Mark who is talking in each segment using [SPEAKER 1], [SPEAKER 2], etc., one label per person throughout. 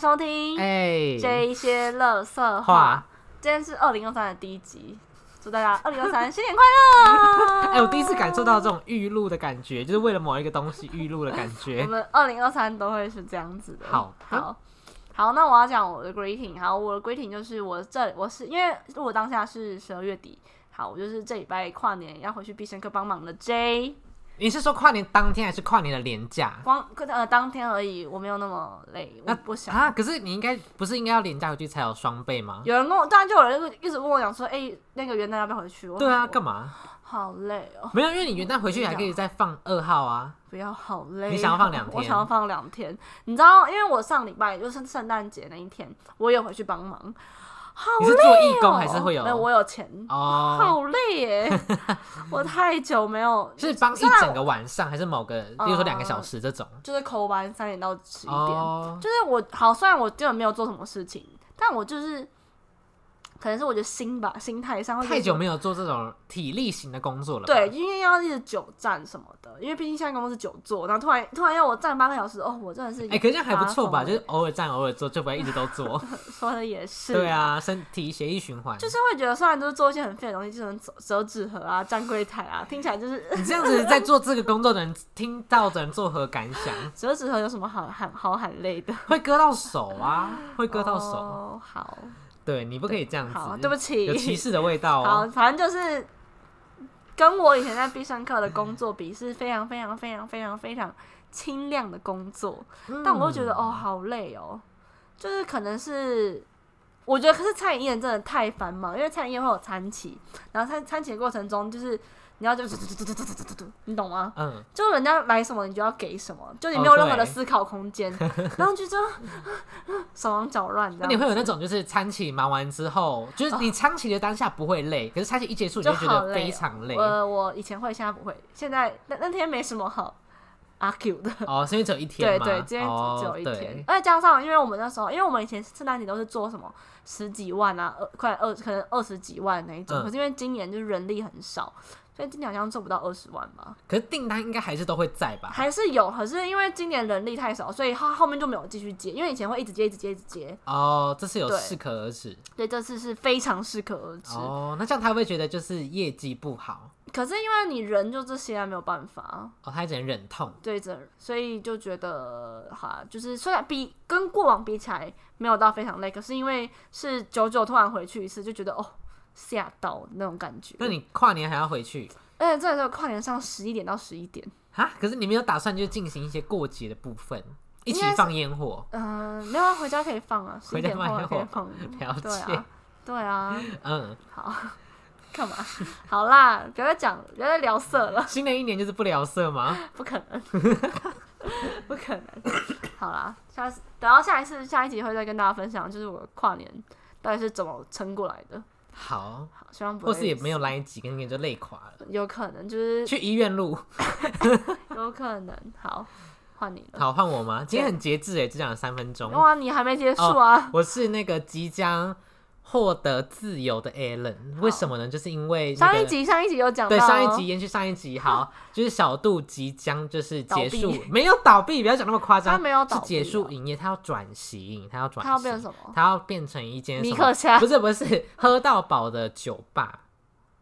[SPEAKER 1] 收听
[SPEAKER 2] 哎，
[SPEAKER 1] 这一些乐色话
[SPEAKER 2] 话。，
[SPEAKER 1] 今天是二零二三的第一集，祝大家二零二 三新年快乐！
[SPEAKER 2] 哎，我第一次感受到这种预录的感觉，就是为了某一个东西预录的感
[SPEAKER 1] 我
[SPEAKER 2] 觉。
[SPEAKER 1] 们二零二三都会是这样子的。
[SPEAKER 2] 好
[SPEAKER 1] 好，好，那我要讲我的 greeting。好，我的 greeting 就是我这我是因为我当下是十二月底，好，我就是这礼拜跨年要回去必胜客帮忙的 J，
[SPEAKER 2] 你是说跨年当天还是跨年的年假？
[SPEAKER 1] 光呃当天而已，我没有那么累，我
[SPEAKER 2] 那
[SPEAKER 1] 不想。
[SPEAKER 2] 啊，可是你应该不是应该要年假回去才有双倍吗？
[SPEAKER 1] 有人跟我，当然就有人一直问我讲说，哎、那个元旦要不要回去？我
[SPEAKER 2] 对啊，
[SPEAKER 1] 我
[SPEAKER 2] 干嘛？
[SPEAKER 1] 好累哦，
[SPEAKER 2] 没有，因为你元旦回去还可以再放二号啊。
[SPEAKER 1] 不要好累。
[SPEAKER 2] 你想要放两 天
[SPEAKER 1] 我想要放两天。你知道，因为我上礼拜就是圣诞节那一天，我有回去帮忙。好
[SPEAKER 2] 你
[SPEAKER 1] 累
[SPEAKER 2] 是
[SPEAKER 1] 哦
[SPEAKER 2] 做义工还是会有
[SPEAKER 1] 没有，我有钱。
[SPEAKER 2] 哦，
[SPEAKER 1] 好累 耶！我太久没有，
[SPEAKER 2] 是帮一整个晚上还是某个，比如说两个小时这种？
[SPEAKER 1] 就是扣班三点到十一点，
[SPEAKER 2] 哦，
[SPEAKER 1] 就是我好，虽然我根本没有做什么事情，但我就是可能是我的心吧，心态上会觉得
[SPEAKER 2] 哦太久没有做这种体力型的工作了。
[SPEAKER 1] 对，，因为要一直久站什么的，因为毕竟现在公司是久坐，然后突然突然要我站八个小时，哦，我真的是
[SPEAKER 2] 哎，可是这样还不错吧？
[SPEAKER 1] 发疯
[SPEAKER 2] 就是偶尔站，偶尔做，就不会一直都做。
[SPEAKER 1] 说的也 是，
[SPEAKER 2] 对，啊，身体血液循环。
[SPEAKER 1] 就是会觉得虽然都是做一些很废的东西，就能折折纸盒啊、站柜台啊，听起来就是
[SPEAKER 2] 你这样子在做这个工作的人，听到的人作何感想？
[SPEAKER 1] 折纸盒有什么好喊好喊累的？
[SPEAKER 2] 会割到手啊，会割到手。
[SPEAKER 1] 哦、好，
[SPEAKER 2] 对你不可以这样子，
[SPEAKER 1] 好，对不起，
[SPEAKER 2] 有歧视的味道
[SPEAKER 1] 好，
[SPEAKER 2] 哦。
[SPEAKER 1] 反正就是跟我以前在必胜客的工作比，是非常非常非常非常非常清亮的工作，
[SPEAKER 2] 嗯
[SPEAKER 1] 但我又觉得、哦，好累哦，就是可能是。我觉得可是餐饮业真的太繁忙，因为餐饮业会有餐期，然后餐餐期的过程中，就是你要就你懂吗？
[SPEAKER 2] 嗯，
[SPEAKER 1] 就人家买什么，你就要给什么，就你
[SPEAKER 2] 哦
[SPEAKER 1] 没有任何的
[SPEAKER 2] 对
[SPEAKER 1] 思考空 间，然后就这样 手忙脚乱这
[SPEAKER 2] 那
[SPEAKER 1] 样。
[SPEAKER 2] 你会有那种就是餐期忙完之后，就是你餐期的当下不会累，可是餐期一结束你
[SPEAKER 1] 哦就
[SPEAKER 2] 就觉
[SPEAKER 1] 好累
[SPEAKER 2] 得非常累
[SPEAKER 1] 呃，我以前会，现在不会。现在那那天没什么好 argue 的，
[SPEAKER 2] 哦，是因为只有一
[SPEAKER 1] 对
[SPEAKER 2] 天吗？
[SPEAKER 1] 对，今天只只有一
[SPEAKER 2] 哦
[SPEAKER 1] 天
[SPEAKER 2] 对，
[SPEAKER 1] 而且加上因为我们那时候，因为我们以前圣诞节都是做什么十几万啊，二快二可能二十几万那一种，
[SPEAKER 2] 嗯
[SPEAKER 1] 可是因为今年就是人力很少，所以今年好像做不到二十万吧，
[SPEAKER 2] 可是订单应该还是都会在吧？
[SPEAKER 1] 还是有，可是因为今年人力太少，所以后后面就没有继续接，因为以前会一直接一直接一直接，
[SPEAKER 2] 哦，这是有
[SPEAKER 1] 对
[SPEAKER 2] 适可而止。
[SPEAKER 1] 对，这次是非常适可而止。
[SPEAKER 2] 哦，那这样他会不会觉得就是业绩不好，
[SPEAKER 1] 可是因为你人就这些啊，没有办法。
[SPEAKER 2] 哦，他只能忍痛。
[SPEAKER 1] 对着，所以就觉得哈，就是虽然比跟过往比起来没有到非常累，可是因为是久久突然回去一次，就觉得哦吓到那种感觉。
[SPEAKER 2] 那你跨年还要回去？
[SPEAKER 1] 而且这时候跨年上十一点到十一点，
[SPEAKER 2] 啊，可是你没有打算就进行一些过节的部分，一起
[SPEAKER 1] 应该是
[SPEAKER 2] 放烟火，
[SPEAKER 1] 嗯、没有啊回家可以放啊，十一
[SPEAKER 2] 回家
[SPEAKER 1] 点后
[SPEAKER 2] 放
[SPEAKER 1] 还
[SPEAKER 2] 烟
[SPEAKER 1] 可以
[SPEAKER 2] 火
[SPEAKER 1] 放。
[SPEAKER 2] 了
[SPEAKER 1] 对
[SPEAKER 2] 解
[SPEAKER 1] 啊，，对啊，
[SPEAKER 2] 嗯，
[SPEAKER 1] 好，干嘛？好啦，不要再讲，不要再聊色了，
[SPEAKER 2] 新的一年就是不聊色吗？
[SPEAKER 1] 不可 能，不可能。好啦，下次等到下一次下一集会再跟大家分享，就是我跨年到底是怎么撑过来的。
[SPEAKER 2] 好，
[SPEAKER 1] 好，希望不
[SPEAKER 2] 或
[SPEAKER 1] 会
[SPEAKER 2] 是也没有来得及，跟你就累垮了，
[SPEAKER 1] 有可能，就是
[SPEAKER 2] 去医院录。
[SPEAKER 1] 有可能。好，换你了。
[SPEAKER 2] 好，换我吗？今天很节制欸诶，只讲了三分钟。
[SPEAKER 1] 哇，你还没结束啊？
[SPEAKER 2] 我是那个即将获得自由的 Alan，为什么呢？就是因为、那个、
[SPEAKER 1] 上一集上一集有讲到、
[SPEAKER 2] 对，
[SPEAKER 1] 哦，
[SPEAKER 2] 上一集延续上一集，好，就是小度即将就是
[SPEAKER 1] 倒
[SPEAKER 2] 结束
[SPEAKER 1] 闭，
[SPEAKER 2] 没有倒闭，不要讲那么夸
[SPEAKER 1] 他
[SPEAKER 2] 张，
[SPEAKER 1] 没有倒
[SPEAKER 2] 是
[SPEAKER 1] 闭
[SPEAKER 2] 结束
[SPEAKER 1] 哦，
[SPEAKER 2] 营业，他要转型，他要转
[SPEAKER 1] 他
[SPEAKER 2] 型，
[SPEAKER 1] 要变成什么？
[SPEAKER 2] 它要变成一间
[SPEAKER 1] 尼
[SPEAKER 2] 什
[SPEAKER 1] 哦克
[SPEAKER 2] 么？
[SPEAKER 1] 虾
[SPEAKER 2] 不，是不是，喝到饱的酒吧。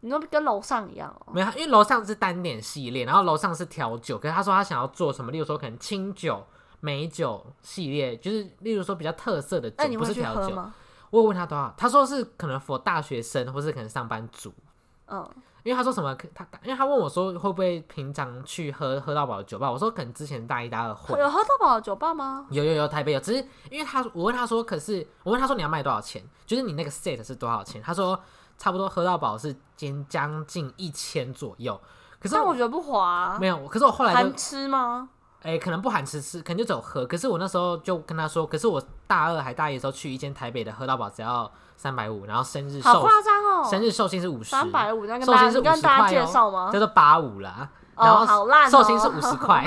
[SPEAKER 1] 你说跟楼上一样哦。
[SPEAKER 2] 没有，因为楼上是单点系列，然后楼上是调酒。可是他说他想要做什么，例如说可能清酒、美酒系列，就是例如说比较特色的
[SPEAKER 1] 那你
[SPEAKER 2] 酒，不
[SPEAKER 1] 会
[SPEAKER 2] 是
[SPEAKER 1] 去
[SPEAKER 2] 调
[SPEAKER 1] 喝
[SPEAKER 2] 酒。
[SPEAKER 1] 吗？
[SPEAKER 2] 我有问他多少，他说是可能 for 大学生或是可能上班族，
[SPEAKER 1] 嗯，
[SPEAKER 2] 因为他说什么，他因为他问我说会不会平常去喝喝到饱的酒吧，我说可能之前大一大二会。
[SPEAKER 1] 有喝到饱的酒吧吗？
[SPEAKER 2] 有有有，台北有，只是因为他，我问他说，可是我问他说你要卖多少钱，就是你那个 set 是多少钱？他说差不多喝到饱是将将近一千左右，可是
[SPEAKER 1] 但我觉得不滑、啊
[SPEAKER 2] 没，有，可是我后来就
[SPEAKER 1] 含，吃吗？
[SPEAKER 2] 哎、可能不含吃吃，可能就只有喝。可是我那时候就跟他说，可是我大二还大一的时候去一间台北的喝到饱只要三百五，然后生日
[SPEAKER 1] 好
[SPEAKER 2] 寿
[SPEAKER 1] 夸张哦，
[SPEAKER 2] 生日寿星是五十，
[SPEAKER 1] 三百五，那跟
[SPEAKER 2] 寿
[SPEAKER 1] 大
[SPEAKER 2] 星
[SPEAKER 1] 家
[SPEAKER 2] 是五
[SPEAKER 1] 跟
[SPEAKER 2] 十
[SPEAKER 1] 大家
[SPEAKER 2] 块
[SPEAKER 1] 介
[SPEAKER 2] 哦，
[SPEAKER 1] 绍吗
[SPEAKER 2] 叫？做八五啦。
[SPEAKER 1] 哦
[SPEAKER 2] 然后
[SPEAKER 1] 好烂哦
[SPEAKER 2] 寿星是五十 块，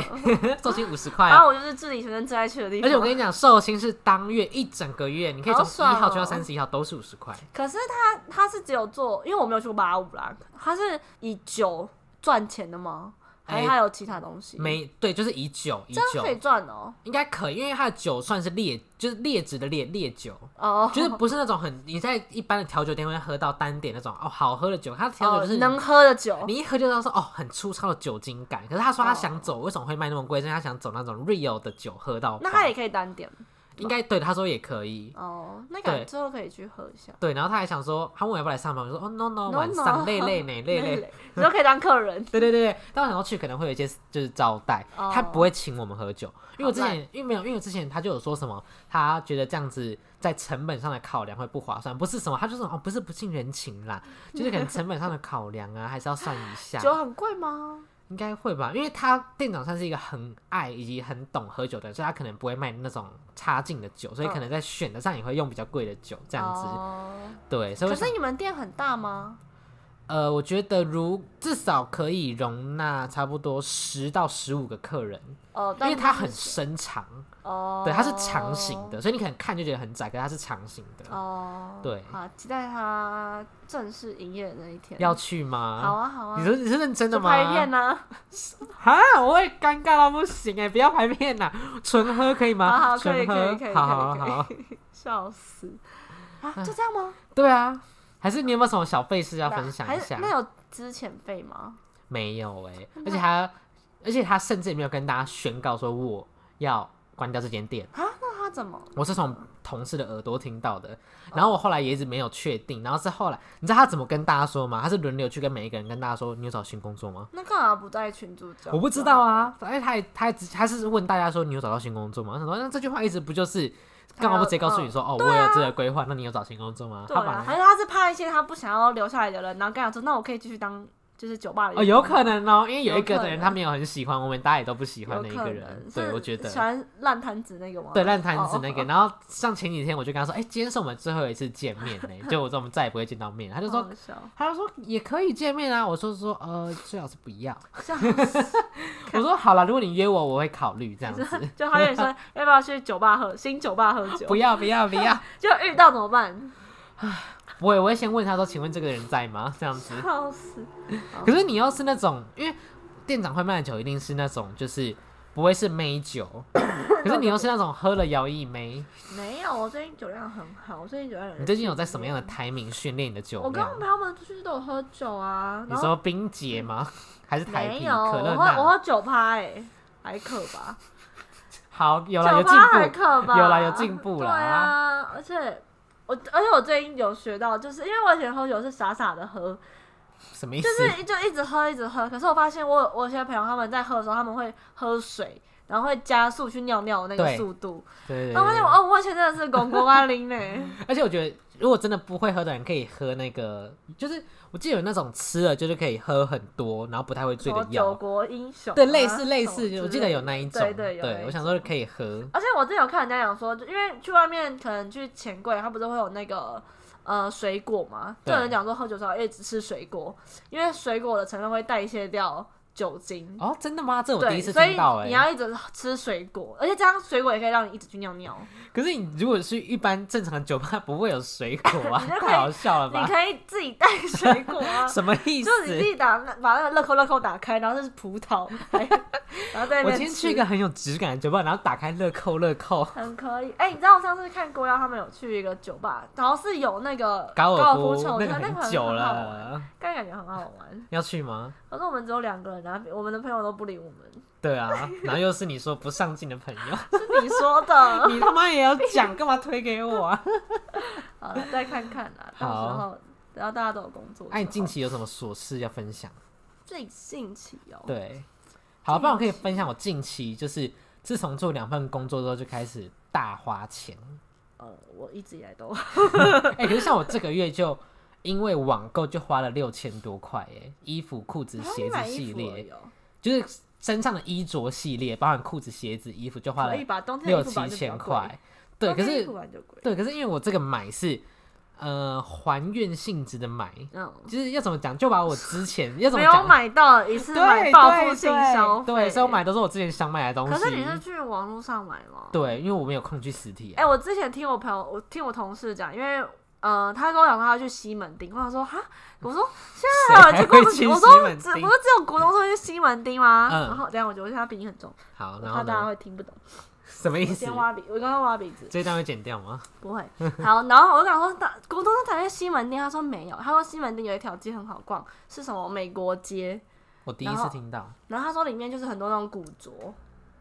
[SPEAKER 2] 寿星五十块
[SPEAKER 1] 然
[SPEAKER 2] 啊
[SPEAKER 1] 后我就是自己学生最爱去的地方。
[SPEAKER 2] 而且我跟你讲，寿星是当月一整个月，你可以
[SPEAKER 1] 好
[SPEAKER 2] 从
[SPEAKER 1] 爽
[SPEAKER 2] 一号去
[SPEAKER 1] 哦
[SPEAKER 2] 到三十一号都是五十块。
[SPEAKER 1] 可是他他是只有做，因为我没有去过八五啦，他是以酒赚钱的吗？还
[SPEAKER 2] 哎
[SPEAKER 1] 是还有其他东西？
[SPEAKER 2] 没对，就是以酒以
[SPEAKER 1] 嗯这样
[SPEAKER 2] 酒
[SPEAKER 1] 可以赚哦。
[SPEAKER 2] 应该可以，因为它的酒算是烈，就是劣质的烈烈酒，
[SPEAKER 1] 哦，
[SPEAKER 2] 就是不是那种很你在一般的调酒店会喝到单点那种哦好喝的酒，它的调酒就是
[SPEAKER 1] 哦
[SPEAKER 2] 你
[SPEAKER 1] 能喝的酒，
[SPEAKER 2] 你一喝就知道说哦，很粗糙的酒精感。可是他说他
[SPEAKER 1] 哦
[SPEAKER 2] 想走，为什么会卖那么贵？是因为他想走那种 real 的酒喝到饱。
[SPEAKER 1] 那他也可以单点
[SPEAKER 2] 应该对他说也可以。
[SPEAKER 1] 哦。那
[SPEAKER 2] 对
[SPEAKER 1] 感之后可以去喝一下。
[SPEAKER 2] 对，然后他还想说，他问我要不要来上班，我说哦 no no，
[SPEAKER 1] No,
[SPEAKER 2] 晚上
[SPEAKER 1] no
[SPEAKER 2] 累累呢累累。，
[SPEAKER 1] 你都可以当客 人。
[SPEAKER 2] 对对对，对但我想到去可能会有一些就是招待，
[SPEAKER 1] 哦
[SPEAKER 2] 他不会请我们喝酒，因为我之
[SPEAKER 1] 好
[SPEAKER 2] 前因为没有，因为我之前他就有说什么，他觉得这样子在成本上的考量会不划算，不是什么，他就说哦不是不近人情啦，就是可能成本上的考量啊，还是要算一下。
[SPEAKER 1] 酒很贵吗？
[SPEAKER 2] 应该会吧，因为他店长算是一个很爱以及很懂喝酒的人，所以他可能不会卖那种差劲的酒，所以可能在选择上也会用比较贵的酒这样子。
[SPEAKER 1] 哦
[SPEAKER 2] 对，所以
[SPEAKER 1] 可
[SPEAKER 2] 我想
[SPEAKER 1] 是你们店很大吗？
[SPEAKER 2] 呃，我觉得如至少可以容纳差不多十到十五个客人，
[SPEAKER 1] 哦，
[SPEAKER 2] 因为
[SPEAKER 1] 但
[SPEAKER 2] 它
[SPEAKER 1] 是
[SPEAKER 2] 很深长，
[SPEAKER 1] 哦，
[SPEAKER 2] 对，它是长形的，所以你可能看就觉得很窄，可是它是长形的。
[SPEAKER 1] 哦，
[SPEAKER 2] 对
[SPEAKER 1] 好，期待它正式营业的那一天。
[SPEAKER 2] 要去吗？
[SPEAKER 1] 好啊，好啊，
[SPEAKER 2] 你说你是认真的
[SPEAKER 1] 就
[SPEAKER 2] 吗？
[SPEAKER 1] 拍片啊呢？
[SPEAKER 2] 啊，我会尴尬到不行哎、不要排片啦，纯喝可以吗？
[SPEAKER 1] 好好，可以，
[SPEAKER 2] 啊纯喝，
[SPEAKER 1] 可以，可以，
[SPEAKER 2] 好好好。
[SPEAKER 1] 可以，可以， 笑死啊！就这样吗？
[SPEAKER 2] 对啊，还是你有没有什么小费事要分享
[SPEAKER 1] 啊还
[SPEAKER 2] 一
[SPEAKER 1] 是
[SPEAKER 2] 下？
[SPEAKER 1] 那有资遣费吗？
[SPEAKER 2] 没有哎、
[SPEAKER 1] 那
[SPEAKER 2] 而且他，而且他甚至也没有跟大家宣告说我要关掉这间店，
[SPEAKER 1] 那他怎么？
[SPEAKER 2] 我是从同事的耳朵听到的。然后我后来也一直没有确定，然后是后来，你知道他怎么跟大家说吗？他是轮流去跟每一个人跟大家说，你有找新工作吗？
[SPEAKER 1] 那干嘛不在群主讲？
[SPEAKER 2] 我不知道啊，而且他也他也只他是问大家说你有找到新工作吗？我想说那这句话一直不就是
[SPEAKER 1] 他
[SPEAKER 2] 干嘛不
[SPEAKER 1] 要
[SPEAKER 2] 直接告诉你说哦我有这个规划，那你有找新工作
[SPEAKER 1] 嗯
[SPEAKER 2] 吗？
[SPEAKER 1] 对
[SPEAKER 2] 他
[SPEAKER 1] 啊，
[SPEAKER 2] 把
[SPEAKER 1] 还是他是怕一些他不想要留下来的人，然后跟他说，那我可以继续当就是酒吧里
[SPEAKER 2] 哦，有可能哦，因为有一
[SPEAKER 1] 有
[SPEAKER 2] 个
[SPEAKER 1] 可
[SPEAKER 2] 的人
[SPEAKER 1] 能
[SPEAKER 2] 他没有很喜欢我们，大家也都不喜欢
[SPEAKER 1] 有
[SPEAKER 2] 那一
[SPEAKER 1] 可
[SPEAKER 2] 个
[SPEAKER 1] 能
[SPEAKER 2] 人。
[SPEAKER 1] 是
[SPEAKER 2] 对，我觉
[SPEAKER 1] 喜
[SPEAKER 2] 得
[SPEAKER 1] 欢烂摊子那个吗？
[SPEAKER 2] 对烂摊子那个。
[SPEAKER 1] 哦
[SPEAKER 2] 然后像前几天我就跟他说，哎，今天是我们最后一次见面 呢，就我说我们再也不会见到面了。他就
[SPEAKER 1] 好
[SPEAKER 2] 说，
[SPEAKER 1] 好笑，
[SPEAKER 2] 他就说也可以见面啊。我说说呃，最好是不要。
[SPEAKER 1] 笑死
[SPEAKER 2] 我说好了，如果你约我，我会考虑这 样子。
[SPEAKER 1] 就好点说要不要去酒吧喝新酒吧喝酒
[SPEAKER 2] 不，要不要不要，
[SPEAKER 1] 就遇到怎么办？
[SPEAKER 2] 我我会先问他说，请问这个人在吗？这样子。
[SPEAKER 1] 笑死！哦
[SPEAKER 2] 可是你要是那种，因为店长会卖的酒一定是那种就是不会是妹酒， 可是你又是那种喝了摇一妹。
[SPEAKER 1] 没有，我最近酒量很好，我最近酒量很。
[SPEAKER 2] 你最近有在什么样的？台名训练你的酒
[SPEAKER 1] 我跟我
[SPEAKER 2] 量？
[SPEAKER 1] 朋友们出去都有喝酒啊，
[SPEAKER 2] 你
[SPEAKER 1] 然后
[SPEAKER 2] 说冰姐吗？还是台
[SPEAKER 1] 没
[SPEAKER 2] 啤、
[SPEAKER 1] 有，
[SPEAKER 2] 可乐
[SPEAKER 1] 我喝我
[SPEAKER 2] 娜？
[SPEAKER 1] 喝酒趴哎，还可吧？
[SPEAKER 2] 好，有
[SPEAKER 1] 酒
[SPEAKER 2] 了，有进
[SPEAKER 1] 吧还
[SPEAKER 2] 步。
[SPEAKER 1] 可吧？
[SPEAKER 2] 有啦有进步啦
[SPEAKER 1] 对啊，而且我而且我最近有学到，就是因为我以前喝酒是傻傻的喝，
[SPEAKER 2] 什么意思
[SPEAKER 1] 就？是就一直喝一直喝。可是我发现我有我有些朋友他们在喝的时候，他们会喝水，然后会加速去尿尿的那
[SPEAKER 2] 对
[SPEAKER 1] 个速度。
[SPEAKER 2] 对对
[SPEAKER 1] 然后发现
[SPEAKER 2] 对
[SPEAKER 1] 我哦，我以前真的是公公阿玲 呢。
[SPEAKER 2] 而且我觉得，如果真的不会喝的人，可以喝那个，就是我记得有那种吃了就是可以喝很多，然后不太会
[SPEAKER 1] 什
[SPEAKER 2] 醉
[SPEAKER 1] 么
[SPEAKER 2] 的
[SPEAKER 1] 九
[SPEAKER 2] 药。
[SPEAKER 1] 国英雄啊，
[SPEAKER 2] 对，类似
[SPEAKER 1] 什
[SPEAKER 2] 类
[SPEAKER 1] 么
[SPEAKER 2] 似，
[SPEAKER 1] 之
[SPEAKER 2] 我记
[SPEAKER 1] 类
[SPEAKER 2] 得有
[SPEAKER 1] 的
[SPEAKER 2] 那一种。
[SPEAKER 1] 对对有那一
[SPEAKER 2] 我想说可以喝。
[SPEAKER 1] 而且我之前有看人家讲说，就因为去外面可能去钱柜，它不是会有那个呃水果嘛？就
[SPEAKER 2] 对
[SPEAKER 1] 有人讲说喝酒少一直吃水果，因为水果的成分会代谢掉酒精。
[SPEAKER 2] 哦，真的吗？这我第
[SPEAKER 1] 对，
[SPEAKER 2] 一次
[SPEAKER 1] 所以
[SPEAKER 2] 听到哎、
[SPEAKER 1] 你要一直吃水果，而且这样水果也可以让你一直去尿尿，
[SPEAKER 2] 可是你如果是一般正常的酒吧，不会有水果 啊
[SPEAKER 1] 你就，可以
[SPEAKER 2] 太好笑了
[SPEAKER 1] 你
[SPEAKER 2] 吧？。
[SPEAKER 1] 可以自己带水果啊
[SPEAKER 2] 什么意思？
[SPEAKER 1] 就是你自己打把那个乐扣乐扣打开，然后这是葡萄， 然后在那边
[SPEAKER 2] 我今天去一
[SPEAKER 1] 吃
[SPEAKER 2] 个很有质感的酒吧，然后打开乐扣乐扣
[SPEAKER 1] 很可以。哎、你知道我上次看郭耀他们有去一个酒吧，然后是有那个
[SPEAKER 2] 高
[SPEAKER 1] 尔
[SPEAKER 2] 尔
[SPEAKER 1] 夫
[SPEAKER 2] 夫
[SPEAKER 1] 球，
[SPEAKER 2] 那
[SPEAKER 1] 我觉得
[SPEAKER 2] 个
[SPEAKER 1] 那个
[SPEAKER 2] 很
[SPEAKER 1] 很
[SPEAKER 2] 久
[SPEAKER 1] 很好玩，
[SPEAKER 2] 了，
[SPEAKER 1] 但感觉很好玩。
[SPEAKER 2] 要去吗？
[SPEAKER 1] 可是我们只有两个人啊，我们的朋友都不理我们，
[SPEAKER 2] 对啊，然后又是你说不上进的朋友，
[SPEAKER 1] 是你说的。
[SPEAKER 2] 你他妈也要讲，干嘛推给我 啊？
[SPEAKER 1] 好了，再看看啦，到时候然后大家都有工作之后。
[SPEAKER 2] 哎，你近期有什么琐事要分享？
[SPEAKER 1] 最近期哦，
[SPEAKER 2] 对，好，不然我可以分享我近期就是自从做两份工作之后就开始大花钱，
[SPEAKER 1] 呃，我一直以来都
[SPEAKER 2] 哎、可是像我这个月就因为网购就花了六千多块，哎，衣服、裤子、鞋
[SPEAKER 1] 啊
[SPEAKER 2] 子
[SPEAKER 1] 你买衣
[SPEAKER 2] 系
[SPEAKER 1] 服而
[SPEAKER 2] 列
[SPEAKER 1] 已，哦
[SPEAKER 2] 就是身上的衣着系列，包含裤子、鞋子、衣服，就花
[SPEAKER 1] 可
[SPEAKER 2] 了
[SPEAKER 1] 以吧？冬天
[SPEAKER 2] 六
[SPEAKER 1] 的衣服本
[SPEAKER 2] 七
[SPEAKER 1] 来就比较
[SPEAKER 2] 千
[SPEAKER 1] 贵，哦
[SPEAKER 2] 块。对，
[SPEAKER 1] 冬
[SPEAKER 2] 可
[SPEAKER 1] 天衣
[SPEAKER 2] 是
[SPEAKER 1] 服本来就贵。
[SPEAKER 2] 对，可是因为我这个买是呃还愿性质的买，
[SPEAKER 1] 嗯，
[SPEAKER 2] 就是要怎么讲，就把我之前要怎
[SPEAKER 1] 没
[SPEAKER 2] 么
[SPEAKER 1] 有
[SPEAKER 2] 讲，
[SPEAKER 1] 买到一次买
[SPEAKER 2] 对
[SPEAKER 1] 报复
[SPEAKER 2] 对
[SPEAKER 1] 性
[SPEAKER 2] 对
[SPEAKER 1] 消费，
[SPEAKER 2] 对，所以我买都是我之前想买的东
[SPEAKER 1] 可
[SPEAKER 2] 西。
[SPEAKER 1] 是你是去网络上买吗？哎
[SPEAKER 2] 对，因为我没有空去实体、啊。
[SPEAKER 1] 哎、我之前听我朋友，我听我同事讲，因为呃，他跟我讲说他要去西门町，我想说哈，我说现
[SPEAKER 2] 谁
[SPEAKER 1] 在还有
[SPEAKER 2] 还
[SPEAKER 1] 去国
[SPEAKER 2] 会
[SPEAKER 1] 中
[SPEAKER 2] 去
[SPEAKER 1] 我
[SPEAKER 2] 西
[SPEAKER 1] 说
[SPEAKER 2] 门
[SPEAKER 1] 只
[SPEAKER 2] 町
[SPEAKER 1] 不是只有国中生去西门町吗？
[SPEAKER 2] 嗯
[SPEAKER 1] 然后等一下我觉得我现在鼻音很重，
[SPEAKER 2] 好，
[SPEAKER 1] 我
[SPEAKER 2] 然
[SPEAKER 1] 怕
[SPEAKER 2] 后
[SPEAKER 1] 大家
[SPEAKER 2] 呢？
[SPEAKER 1] 会听不懂。
[SPEAKER 2] 什么意
[SPEAKER 1] 我
[SPEAKER 2] 思
[SPEAKER 1] 先？挖鼻，我刚刚挖鼻子，
[SPEAKER 2] 这一段会剪掉吗？
[SPEAKER 1] 不会。好，然后我就想说，那国中生才去西门町，他说没有，他说西门町有一条街很好逛，是什么美国街，
[SPEAKER 2] 我第一
[SPEAKER 1] 然
[SPEAKER 2] 次
[SPEAKER 1] 后
[SPEAKER 2] 听到
[SPEAKER 1] 然后他说里面就是很多那种古着，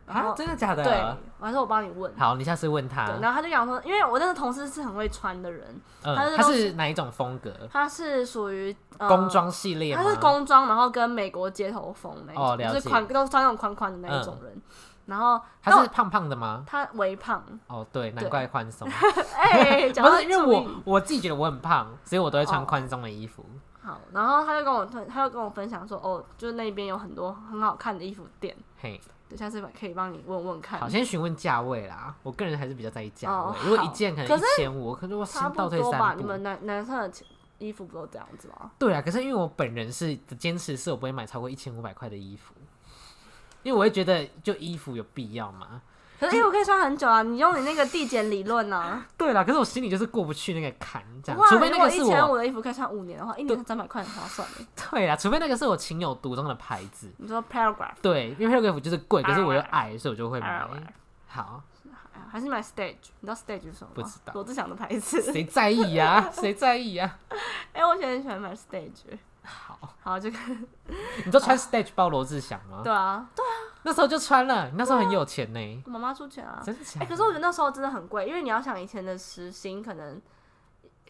[SPEAKER 1] 然
[SPEAKER 2] 啊，
[SPEAKER 1] 后
[SPEAKER 2] 真的假
[SPEAKER 1] 对
[SPEAKER 2] 的？，
[SPEAKER 1] 我还说我帮你问。
[SPEAKER 2] 好，你下次问他
[SPEAKER 1] 对，。然后他就讲说，因为我那个同事是很会穿的人，他
[SPEAKER 2] 嗯，
[SPEAKER 1] 是
[SPEAKER 2] 他
[SPEAKER 1] 都
[SPEAKER 2] 是哪一种风格？
[SPEAKER 1] 他是属于、呃、
[SPEAKER 2] 工装系列吗？
[SPEAKER 1] 他是工装，然后跟美国街头风那一种，
[SPEAKER 2] 哦了解嗯
[SPEAKER 1] 就是宽都是穿那种宽宽的那一种人。然后
[SPEAKER 2] 他是胖胖的吗？
[SPEAKER 1] 他微 胖，
[SPEAKER 2] 哦，对，难
[SPEAKER 1] 对
[SPEAKER 2] 怪宽松。
[SPEAKER 1] 哎、 讲
[SPEAKER 2] 不
[SPEAKER 1] 到
[SPEAKER 2] 是因为
[SPEAKER 1] 注意
[SPEAKER 2] 我我自己觉得我很胖，所以我都会穿
[SPEAKER 1] 哦
[SPEAKER 2] 宽松的衣服。
[SPEAKER 1] 好，然后他就跟我推，他就跟我分享说，哦，就是那边有很多很好看的衣服店，
[SPEAKER 2] 嘿，
[SPEAKER 1] 对，下次可以帮你问问看
[SPEAKER 2] 好，。先询问价位啦。我个人还是比较在意价
[SPEAKER 1] 哦
[SPEAKER 2] 位。如果一
[SPEAKER 1] 好
[SPEAKER 2] 件可能
[SPEAKER 1] 可
[SPEAKER 2] 一
[SPEAKER 1] 是
[SPEAKER 2] 千五，可是我
[SPEAKER 1] 差
[SPEAKER 2] 先倒
[SPEAKER 1] 不
[SPEAKER 2] 退
[SPEAKER 1] 多吧，
[SPEAKER 2] 三
[SPEAKER 1] 你
[SPEAKER 2] 步。
[SPEAKER 1] 们男男生的衣服不都这样子 吗？
[SPEAKER 2] 对啊，可是因为我本人是的坚持是我不会买超过一千五百块的衣服，因为我会觉得就衣服有必要吗？
[SPEAKER 1] 可是衣服可以穿很久啊，你用你那个递减理论呢、啊？
[SPEAKER 2] 对啦，可是我心里就是过不去那个坎，这样
[SPEAKER 1] 哇，
[SPEAKER 2] 除非那个是
[SPEAKER 1] 一千
[SPEAKER 2] 我
[SPEAKER 1] 五的衣服可以穿五年的话，一年三百块很划算的。
[SPEAKER 2] 对啦，除非那个是我情有独钟的牌子，
[SPEAKER 1] 你说 paragraph
[SPEAKER 2] 对，因为 Paragraph 就是贵，可是我又
[SPEAKER 1] 啊
[SPEAKER 2] 矮，所以我就会买
[SPEAKER 1] 啊。
[SPEAKER 2] 好，
[SPEAKER 1] 还是买 stage？你知道 stage 是什么吗？
[SPEAKER 2] 不知道
[SPEAKER 1] 罗志祥的牌子。
[SPEAKER 2] 谁在 意呀、谁在意啊呀、
[SPEAKER 1] 哎、我以前很喜欢买 stage。
[SPEAKER 2] 好，
[SPEAKER 1] 好，这个
[SPEAKER 2] 你都穿 stage 包罗志祥吗？
[SPEAKER 1] 对啊，对，
[SPEAKER 2] 那时候就穿了，你那时候很有钱呢、
[SPEAKER 1] 我妈妈出钱啊。
[SPEAKER 2] 真的假
[SPEAKER 1] 哎、
[SPEAKER 2] 的？
[SPEAKER 1] 可是我觉得那时候真的很贵，因为你要想以前的时薪可能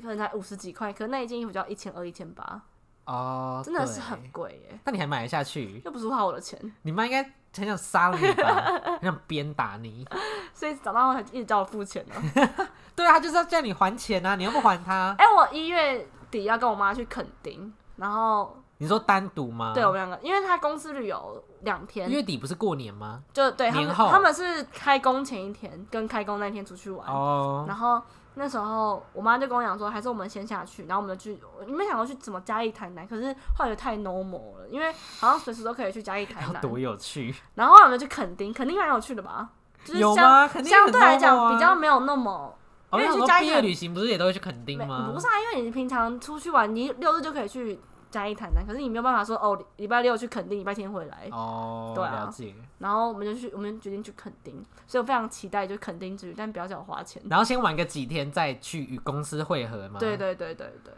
[SPEAKER 1] 可能才五十几块，可那一件衣服就要一千二、一千八，
[SPEAKER 2] 哦，
[SPEAKER 1] 真的
[SPEAKER 2] 对
[SPEAKER 1] 是很，贵耶，
[SPEAKER 2] 那你还买得下去？
[SPEAKER 1] 又不是花我的钱，
[SPEAKER 2] 你妈应该很想杀了你 吧，很想鞭打你。
[SPEAKER 1] 所以长大后还一直叫我付钱呢、
[SPEAKER 2] 对啊，她就是要叫你还钱啊，你又不还她。
[SPEAKER 1] 哎、我一月底要跟我妈去垦丁，然后
[SPEAKER 2] 你说单独吗？
[SPEAKER 1] 对我，们两个，因为她公司旅游两天，
[SPEAKER 2] 月底不是过年吗？
[SPEAKER 1] 就对他们
[SPEAKER 2] 年后
[SPEAKER 1] 他们是开工前一天跟开工那天出去玩，
[SPEAKER 2] 哦，
[SPEAKER 1] 然后那时候我妈就跟我讲说，还是我们先下去，然后我们就去，我没想过去怎么嘉义台南，可是后来就太 normal 了，因为好像随时都可以去嘉义台
[SPEAKER 2] 要
[SPEAKER 1] 南，
[SPEAKER 2] 哎多有趣，
[SPEAKER 1] 然后后来我们就垦丁，垦丁蛮有趣的吧，就是
[SPEAKER 2] 有
[SPEAKER 1] 相
[SPEAKER 2] 吗？肯定
[SPEAKER 1] 相对来
[SPEAKER 2] 很 normal
[SPEAKER 1] 讲
[SPEAKER 2] 啊
[SPEAKER 1] 比较没有那么。
[SPEAKER 2] 哦
[SPEAKER 1] 因为
[SPEAKER 2] 那
[SPEAKER 1] 去
[SPEAKER 2] 很多
[SPEAKER 1] 嘉义
[SPEAKER 2] 毕业
[SPEAKER 1] 很
[SPEAKER 2] 旅行不是也都会去垦丁
[SPEAKER 1] 没
[SPEAKER 2] 吗？
[SPEAKER 1] 不是啊，因为你平常出去玩，你六日就可以去嘉义台南，可是你没有办法说哦，礼礼拜六去垦丁，礼拜天回来。
[SPEAKER 2] 哦，
[SPEAKER 1] 对啊
[SPEAKER 2] 了解。
[SPEAKER 1] 然后我们就去，我们决定去垦丁，所以我非常期待就垦丁之旅，但不要叫我花钱。
[SPEAKER 2] 然后先玩个几天，再去与公司会合嘛。
[SPEAKER 1] 对，对对对对，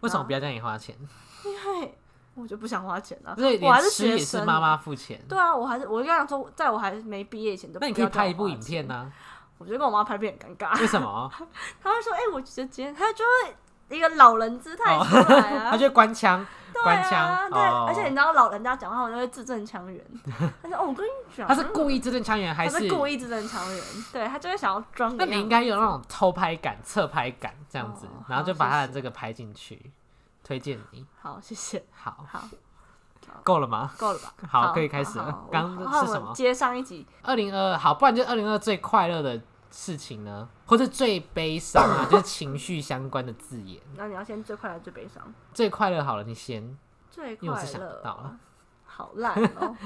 [SPEAKER 2] 为什么不要叫你花钱？
[SPEAKER 1] 因为我就不想花钱啊，
[SPEAKER 2] 所以
[SPEAKER 1] 我还
[SPEAKER 2] 连
[SPEAKER 1] 是
[SPEAKER 2] 吃也
[SPEAKER 1] 学
[SPEAKER 2] 是
[SPEAKER 1] 生，
[SPEAKER 2] 妈。妈付钱。
[SPEAKER 1] 对啊，我还是我就跟他说，在我还没毕业以前都
[SPEAKER 2] 那你
[SPEAKER 1] 不
[SPEAKER 2] 可以
[SPEAKER 1] 要叫
[SPEAKER 2] 拍
[SPEAKER 1] 我
[SPEAKER 2] 一部
[SPEAKER 1] 花
[SPEAKER 2] 影片啊
[SPEAKER 1] 钱
[SPEAKER 2] 呢、
[SPEAKER 1] 我觉得跟我妈拍片很尴尬，
[SPEAKER 2] 为什么？
[SPEAKER 1] 她会说：“哎、我觉得今天她就会一个老人姿态出来啊。
[SPEAKER 2] 哦 他就官腔，
[SPEAKER 1] 对
[SPEAKER 2] 官
[SPEAKER 1] 啊，
[SPEAKER 2] 腔，
[SPEAKER 1] 对，
[SPEAKER 2] 哦
[SPEAKER 1] 而且你知道老人家讲话，我就会字正腔圆。 他说：“哦，我跟你讲，
[SPEAKER 2] 他是故意字正腔圆，还
[SPEAKER 1] 他是故
[SPEAKER 2] 意？
[SPEAKER 1] 意字正腔圆，对他就会想要装
[SPEAKER 2] 那
[SPEAKER 1] 个样子。
[SPEAKER 2] 你应该有那种偷拍感、侧拍感这样子
[SPEAKER 1] 哦，
[SPEAKER 2] 然后就
[SPEAKER 1] 好
[SPEAKER 2] 把
[SPEAKER 1] 谢
[SPEAKER 2] 他的
[SPEAKER 1] 谢
[SPEAKER 2] 这个拍进去，推荐你。
[SPEAKER 1] 好，谢谢，
[SPEAKER 2] 好，
[SPEAKER 1] 好，
[SPEAKER 2] 够了吗？
[SPEAKER 1] 够了吧？
[SPEAKER 2] 好可以开始了
[SPEAKER 1] 好
[SPEAKER 2] 刚
[SPEAKER 1] 好
[SPEAKER 2] 刚
[SPEAKER 1] 好
[SPEAKER 2] 是
[SPEAKER 1] 我
[SPEAKER 2] 什
[SPEAKER 1] 们
[SPEAKER 2] 么
[SPEAKER 1] 接上一集，
[SPEAKER 2] 二零二好，不然就二零二最快乐的事情呢，或是最悲伤啊，就是情绪相关的字眼。
[SPEAKER 1] 那你要先最快乐，最悲伤，
[SPEAKER 2] 最快乐好了，你先，
[SPEAKER 1] 最
[SPEAKER 2] 因为我
[SPEAKER 1] 快
[SPEAKER 2] 是想不到
[SPEAKER 1] 乐
[SPEAKER 2] 啊，，
[SPEAKER 1] 好烂哦！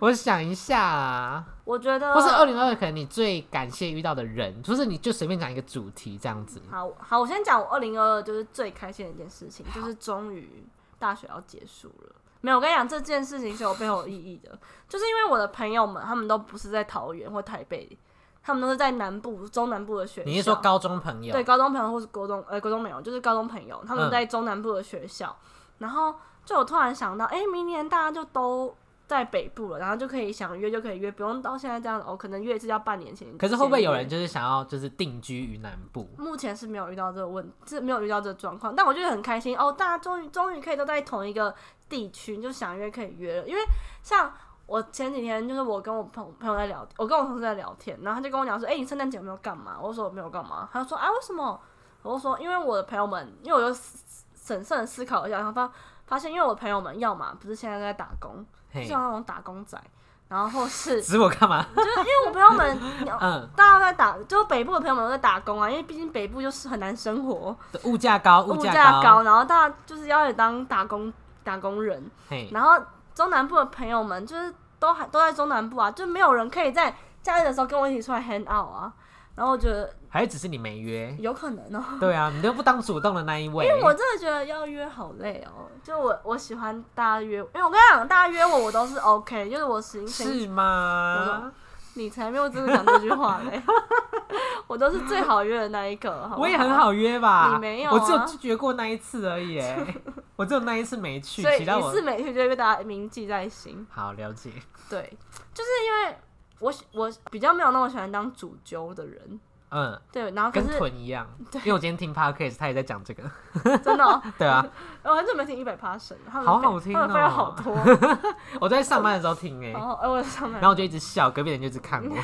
[SPEAKER 2] 我想一下、啊，
[SPEAKER 1] 我觉得
[SPEAKER 2] 或是二零二可能你最感谢遇到的人，就是你就随便讲一个主题这样子。
[SPEAKER 1] 好好，我先讲我二零二二就是最开心的一件事情，就是终于大学要结束了。没有，我跟你讲这件事情是有背后有意义的，就是因为我的朋友们他们都不是在桃园或台北，他们都是在南部、中南部的学校。
[SPEAKER 2] 你是说高中朋友？
[SPEAKER 1] 对，高中朋友或是国中呃国中没有，就是高中朋友，他
[SPEAKER 2] 嗯
[SPEAKER 1] 们在中南部的学校，然后就我突然想到，哎、明年大家就都在北部了，然后就可以想约就可以约，不用到现在这样哦，可能约一次要半年前。
[SPEAKER 2] 可是会不会有人
[SPEAKER 1] 先约？
[SPEAKER 2] 就是想要就是定居于南部？
[SPEAKER 1] 目前是没有遇到这个问，是没有遇到这个状况，但我觉得很开心哦，大家终于终于可以都在同一个地区，就想约可以约了，因为像。我前几天就是我跟我朋朋友在聊，我跟我同事在聊天，然后他就跟我讲说：“哎、你圣诞节有没有干嘛？”我就说：“我没有干嘛。”他就说：“啊，为什么？”我就说：“因为我的朋友们，因为我就思审慎地思考一下，然后发发现，因为我的朋友们要么不是现在在打工，就
[SPEAKER 2] 嘿，
[SPEAKER 1] 像那种打工仔，然后或是
[SPEAKER 2] 指我干嘛？
[SPEAKER 1] 因为我朋友们
[SPEAKER 2] 嗯，
[SPEAKER 1] 大家都在打，就北部的朋友们都在打工啊，因为毕竟北部就是很难生活，
[SPEAKER 2] 物价高，
[SPEAKER 1] 物
[SPEAKER 2] 嗯价
[SPEAKER 1] 价高，然后大家就是要当打工打工人，
[SPEAKER 2] 嘿，
[SPEAKER 1] 然后中南部的朋友们就是都还都在中南部啊，就没有人可以在假日的时候跟我一起出来 hang out 啊。然后我觉得
[SPEAKER 2] 还是只是你没约？
[SPEAKER 1] 有可能哦、
[SPEAKER 2] 对啊，你都不当主动的那一位
[SPEAKER 1] 因。为我真的觉得要约好累哦、就我我喜欢大家约，因为我跟你讲，大家约我我都是 OK，就是我行情
[SPEAKER 2] 是吗？
[SPEAKER 1] 你才没有真的讲这句话嘞， 我都是最好约的那一个，好不好
[SPEAKER 2] 我也很。好约吧？
[SPEAKER 1] 你没有啊
[SPEAKER 2] 我只有拒绝过那一次而已。哎 我只有那一次没去，
[SPEAKER 1] 所以
[SPEAKER 2] 其他
[SPEAKER 1] 一
[SPEAKER 2] 我
[SPEAKER 1] 次每天就会被大家铭记在心。
[SPEAKER 2] 好了解。
[SPEAKER 1] 对，就是因为我喜我比较没有那么喜欢当主揪的人，
[SPEAKER 2] 嗯，
[SPEAKER 1] 对，然后哦可
[SPEAKER 2] 跟
[SPEAKER 1] 是
[SPEAKER 2] 臀 一样，因为我今天听 podcast，他也在讲这个。
[SPEAKER 1] 真的哦、
[SPEAKER 2] 对啊，
[SPEAKER 1] 我很久没听一百 p a 神，他们
[SPEAKER 2] 好
[SPEAKER 1] 费
[SPEAKER 2] 好听
[SPEAKER 1] 他们费
[SPEAKER 2] 哦
[SPEAKER 1] 用好 多，
[SPEAKER 2] 我在上班的时候听哎、
[SPEAKER 1] 然后哎，我上班
[SPEAKER 2] 然后我就一直笑，隔壁人就一直看 我。